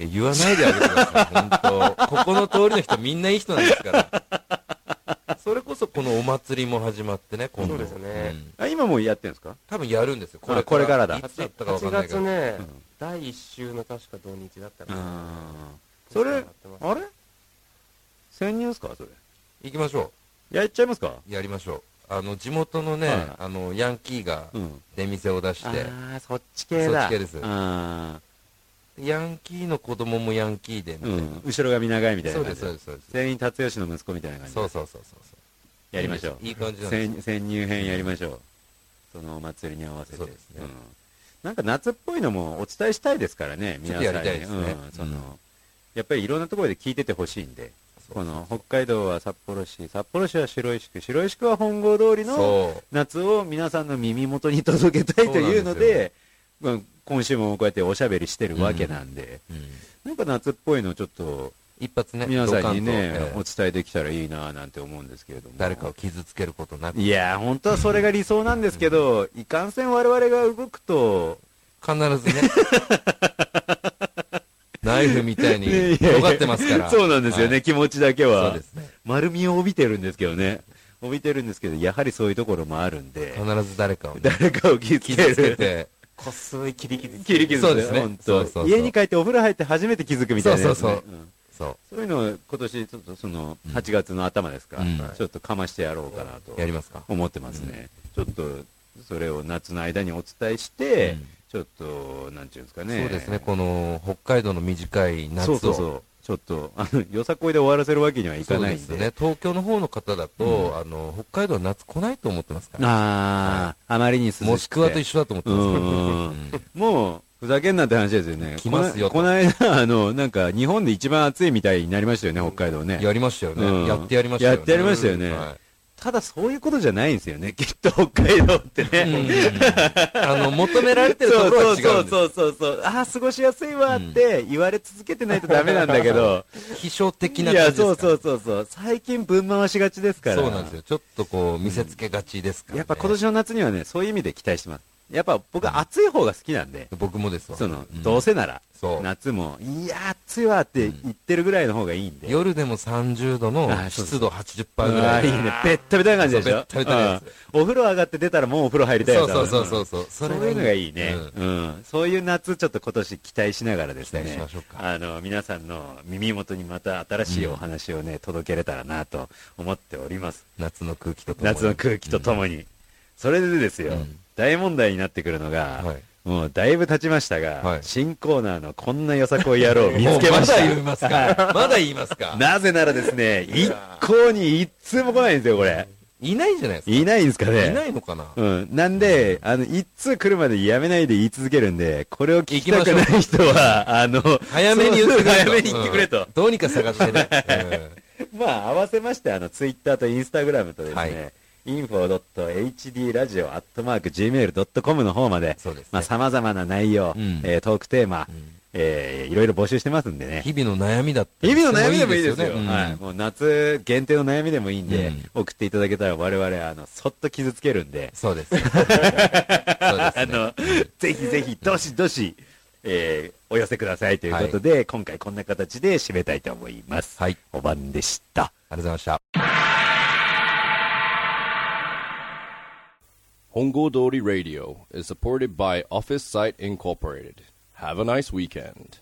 [SPEAKER 3] いや言わないであげてください、本当。ここの通りの人みんないい人なんですから。それこそこのお祭りも始まってね、今度。
[SPEAKER 4] そうですね
[SPEAKER 3] ん
[SPEAKER 2] あ、今もうやってんですか
[SPEAKER 3] 多分やるんですよ。
[SPEAKER 2] あこれからだ
[SPEAKER 3] いつだったかわか
[SPEAKER 4] 8
[SPEAKER 3] んないけ
[SPEAKER 4] 月
[SPEAKER 3] ど。
[SPEAKER 4] ね
[SPEAKER 2] うん、
[SPEAKER 4] 第1週の確か土日だったかな。
[SPEAKER 2] それ、あれ潜入ですかそれ。
[SPEAKER 3] 行きましょ
[SPEAKER 2] やっちゃいますか
[SPEAKER 3] う。やりましょう。あの、地元のね、
[SPEAKER 2] はい
[SPEAKER 3] あの、ヤンキーが
[SPEAKER 2] うん。
[SPEAKER 3] 出店を出して、
[SPEAKER 2] あ、そっち系だ。
[SPEAKER 3] そっち系です
[SPEAKER 2] あ
[SPEAKER 3] ヤンキーの子供もヤンキーで、み
[SPEAKER 2] ー
[SPEAKER 3] た
[SPEAKER 2] う
[SPEAKER 3] い
[SPEAKER 2] ん。後ろ髪長いみた
[SPEAKER 3] ない
[SPEAKER 2] な
[SPEAKER 3] そ
[SPEAKER 2] 感
[SPEAKER 3] う
[SPEAKER 2] じ
[SPEAKER 3] です、そうです、そうです。
[SPEAKER 2] 全員達吉の息子みたいな感じで。
[SPEAKER 3] そうそうそうそうそう。
[SPEAKER 2] やりましょう。
[SPEAKER 3] いい感じなんですよ
[SPEAKER 2] 潜潜入編やりましょう。そのお祭りに合わせて。
[SPEAKER 3] そうですね
[SPEAKER 2] んなんか夏っぽいのもお伝えしたいですからね、皆さんに。
[SPEAKER 3] ちょっとやりたいですね
[SPEAKER 2] うん、その、
[SPEAKER 3] うん
[SPEAKER 2] やっぱりいろんなところで聞いててほしいんで。
[SPEAKER 3] そ
[SPEAKER 2] こ
[SPEAKER 3] う
[SPEAKER 2] の北海道は札幌市、札幌市は白石区、白石区は本郷通りの
[SPEAKER 3] そう。
[SPEAKER 2] 夏を皆さんの耳元に届けたいというので、うん今週もこうやっておしゃべりしてるわけなんで、
[SPEAKER 3] うん
[SPEAKER 2] なんか夏っぽいのちょっと
[SPEAKER 3] 一発ね、
[SPEAKER 2] 皆さんにね
[SPEAKER 3] ドカン、と
[SPEAKER 2] お
[SPEAKER 3] ええ
[SPEAKER 2] 伝えできたらいいなぁなんて思うんですけれども。
[SPEAKER 3] 誰かを傷つけることなく、
[SPEAKER 2] いやー、本当はそれが理想なんですけど、いかんせん我々が動くと、
[SPEAKER 3] 必 ずね、ナイフみたいに
[SPEAKER 2] ねいやいや
[SPEAKER 3] 尖ってますから。
[SPEAKER 2] そうなんですよね、
[SPEAKER 3] はい
[SPEAKER 2] 気持ちだけ
[SPEAKER 3] そう
[SPEAKER 2] は
[SPEAKER 3] で。すね。
[SPEAKER 2] 丸みを帯びてるんですけどね。帯びてるんですけど、やはりそういうところもあるんで、
[SPEAKER 3] 必ず誰かをね、
[SPEAKER 2] 誰かを傷つけ
[SPEAKER 3] 傷つけ
[SPEAKER 2] る。
[SPEAKER 3] て、
[SPEAKER 4] こっそり切り傷つけ
[SPEAKER 2] 切り傷
[SPEAKER 3] そうですね
[SPEAKER 2] 本
[SPEAKER 3] そ
[SPEAKER 2] 当
[SPEAKER 3] うそうそう
[SPEAKER 2] 家に帰ってお風呂入って初めて気づくみたいなやつね、
[SPEAKER 3] そうそうそそ
[SPEAKER 2] そういうのを今年、ちょっとその、
[SPEAKER 3] うん
[SPEAKER 2] 8月の頭ですか、
[SPEAKER 3] うん
[SPEAKER 2] ちょっとかましてやろうかなと
[SPEAKER 3] う。やりますか。
[SPEAKER 2] 思ってますね。ちょっと、それを夏の間にお伝えして、
[SPEAKER 3] うん
[SPEAKER 2] ちょっと、なんていうんですかね。
[SPEAKER 3] そうですね、この北海道の短い夏
[SPEAKER 2] そ
[SPEAKER 3] を。
[SPEAKER 2] うそうそう。ちょっと、あの、よさこいで終わらせるわけにはいかないん
[SPEAKER 3] そう
[SPEAKER 2] で。
[SPEAKER 3] すね。東京の方の方だと、あの、北海道は夏来ないと思ってますから。
[SPEAKER 2] ああ、あまりに涼しくて。
[SPEAKER 3] モスクワと一緒だと思ってますから。
[SPEAKER 2] うん
[SPEAKER 3] うん
[SPEAKER 2] もう、ふざけんなって話ですよね。
[SPEAKER 3] 来ますよ
[SPEAKER 2] こなこの間、あの、なんか、日本で一番暑いみたいになりましたよね、北海道ね。
[SPEAKER 3] やりましたよね、
[SPEAKER 2] うん
[SPEAKER 3] やってやりましたよね。
[SPEAKER 2] やってやりましたよね
[SPEAKER 3] は
[SPEAKER 2] ただ、そういうことじゃないんですよね。きっと北海道って
[SPEAKER 3] い
[SPEAKER 2] ね。
[SPEAKER 3] あの、求められてると
[SPEAKER 2] そ
[SPEAKER 3] こ
[SPEAKER 2] う
[SPEAKER 3] ろは
[SPEAKER 2] そう
[SPEAKER 3] 違うんですよ
[SPEAKER 2] そうそうそう そう。ああ、過ごしやすいわって言われ続けてないとダメなんだけど。
[SPEAKER 3] 秘書的
[SPEAKER 2] い
[SPEAKER 3] な感じ
[SPEAKER 2] や、
[SPEAKER 3] で
[SPEAKER 2] そ
[SPEAKER 3] すか
[SPEAKER 2] うそうそうそう。最近ぶん回しがちですから。
[SPEAKER 3] そうなんですよ。ちょっとこう、見せつけがちですから、ね。
[SPEAKER 2] やっぱ今年の夏にはね、そういう意味で期待してます。やっぱ僕は暑い方が好きなんで、
[SPEAKER 3] 僕もですわ。
[SPEAKER 2] その
[SPEAKER 3] う、ん
[SPEAKER 2] どうせなら、
[SPEAKER 3] そう
[SPEAKER 2] 夏も、いや、暑いわって言ってるぐらいの方がいいんで。
[SPEAKER 3] 夜でも30度の
[SPEAKER 2] あそうそ
[SPEAKER 3] 湿
[SPEAKER 2] う
[SPEAKER 3] 度80%
[SPEAKER 2] う
[SPEAKER 3] ぐ
[SPEAKER 2] わ
[SPEAKER 3] ら
[SPEAKER 2] ーい
[SPEAKER 3] い。
[SPEAKER 2] いね。ベッタベタな感じでしょ
[SPEAKER 3] そうベッタベタなやつ
[SPEAKER 2] うんお風呂上がって出たらもうお風呂入りたい
[SPEAKER 3] そ
[SPEAKER 2] や
[SPEAKER 3] う
[SPEAKER 2] つ
[SPEAKER 3] そうそうそうそう。そ
[SPEAKER 2] そ
[SPEAKER 3] れ
[SPEAKER 2] ういうのがいいね
[SPEAKER 3] う、
[SPEAKER 2] うん。そういう夏、ちょっと今年期待しながらですね。
[SPEAKER 3] 期待しましょうか
[SPEAKER 2] あの、皆さんの耳元にまた新しいお話をね、届けれたらなと思っております。
[SPEAKER 3] ん夏の空気とともに
[SPEAKER 2] 夏の空気とともに。それでですよ、
[SPEAKER 3] うん
[SPEAKER 2] 大問題になってくるのが、
[SPEAKER 3] はい
[SPEAKER 2] もうだいぶ経ちましたが、
[SPEAKER 3] はい
[SPEAKER 2] 新コーナーのこんなよさこい野郎を見つけました。
[SPEAKER 3] もうまだ言いま すか。まだ言いますか。
[SPEAKER 2] なぜならですね、一向に一通も来ないんですよ、これ。
[SPEAKER 3] いないじゃないですか。
[SPEAKER 2] いないんですかね。
[SPEAKER 3] いないのかな。
[SPEAKER 2] うん。なんで、あの、一通来るまでやめないで言い続けるんで、これを聞きたくない人は、あの、
[SPEAKER 3] 早めに言ってくれと。
[SPEAKER 2] 早めに言ってくれと
[SPEAKER 3] うん。どうにか探してね。うん
[SPEAKER 2] まあ、合わせまして、あの、ツイッターとインスタグラムとですね、
[SPEAKER 3] はい
[SPEAKER 2] info.hdradio.gmail.com の方まで、
[SPEAKER 3] そうですね
[SPEAKER 2] まあ、様々な内容、
[SPEAKER 3] うん
[SPEAKER 2] えートークテーマ、
[SPEAKER 3] ん
[SPEAKER 2] えーいろいろ募集してますんでね。
[SPEAKER 3] 日々の悩みだった
[SPEAKER 2] 日
[SPEAKER 3] り
[SPEAKER 2] 々の悩みでもいいですよ。
[SPEAKER 3] うん
[SPEAKER 2] はい。もう夏限定の悩みでもいいんで、
[SPEAKER 3] うん
[SPEAKER 2] 送っていただけたら我々、あの、そっと傷つけるんで、
[SPEAKER 3] そうです。そう です
[SPEAKER 2] あ
[SPEAKER 3] ね。
[SPEAKER 2] の、ぜひぜひ、どしどし、えーお寄せくださいということで、今回こんな形で締めたいと思います。
[SPEAKER 3] はい。
[SPEAKER 2] お晩でした。
[SPEAKER 3] ありがとうございました。
[SPEAKER 5] Hongodori Radio is supported by Office Site Incorporated. Have a nice weekend.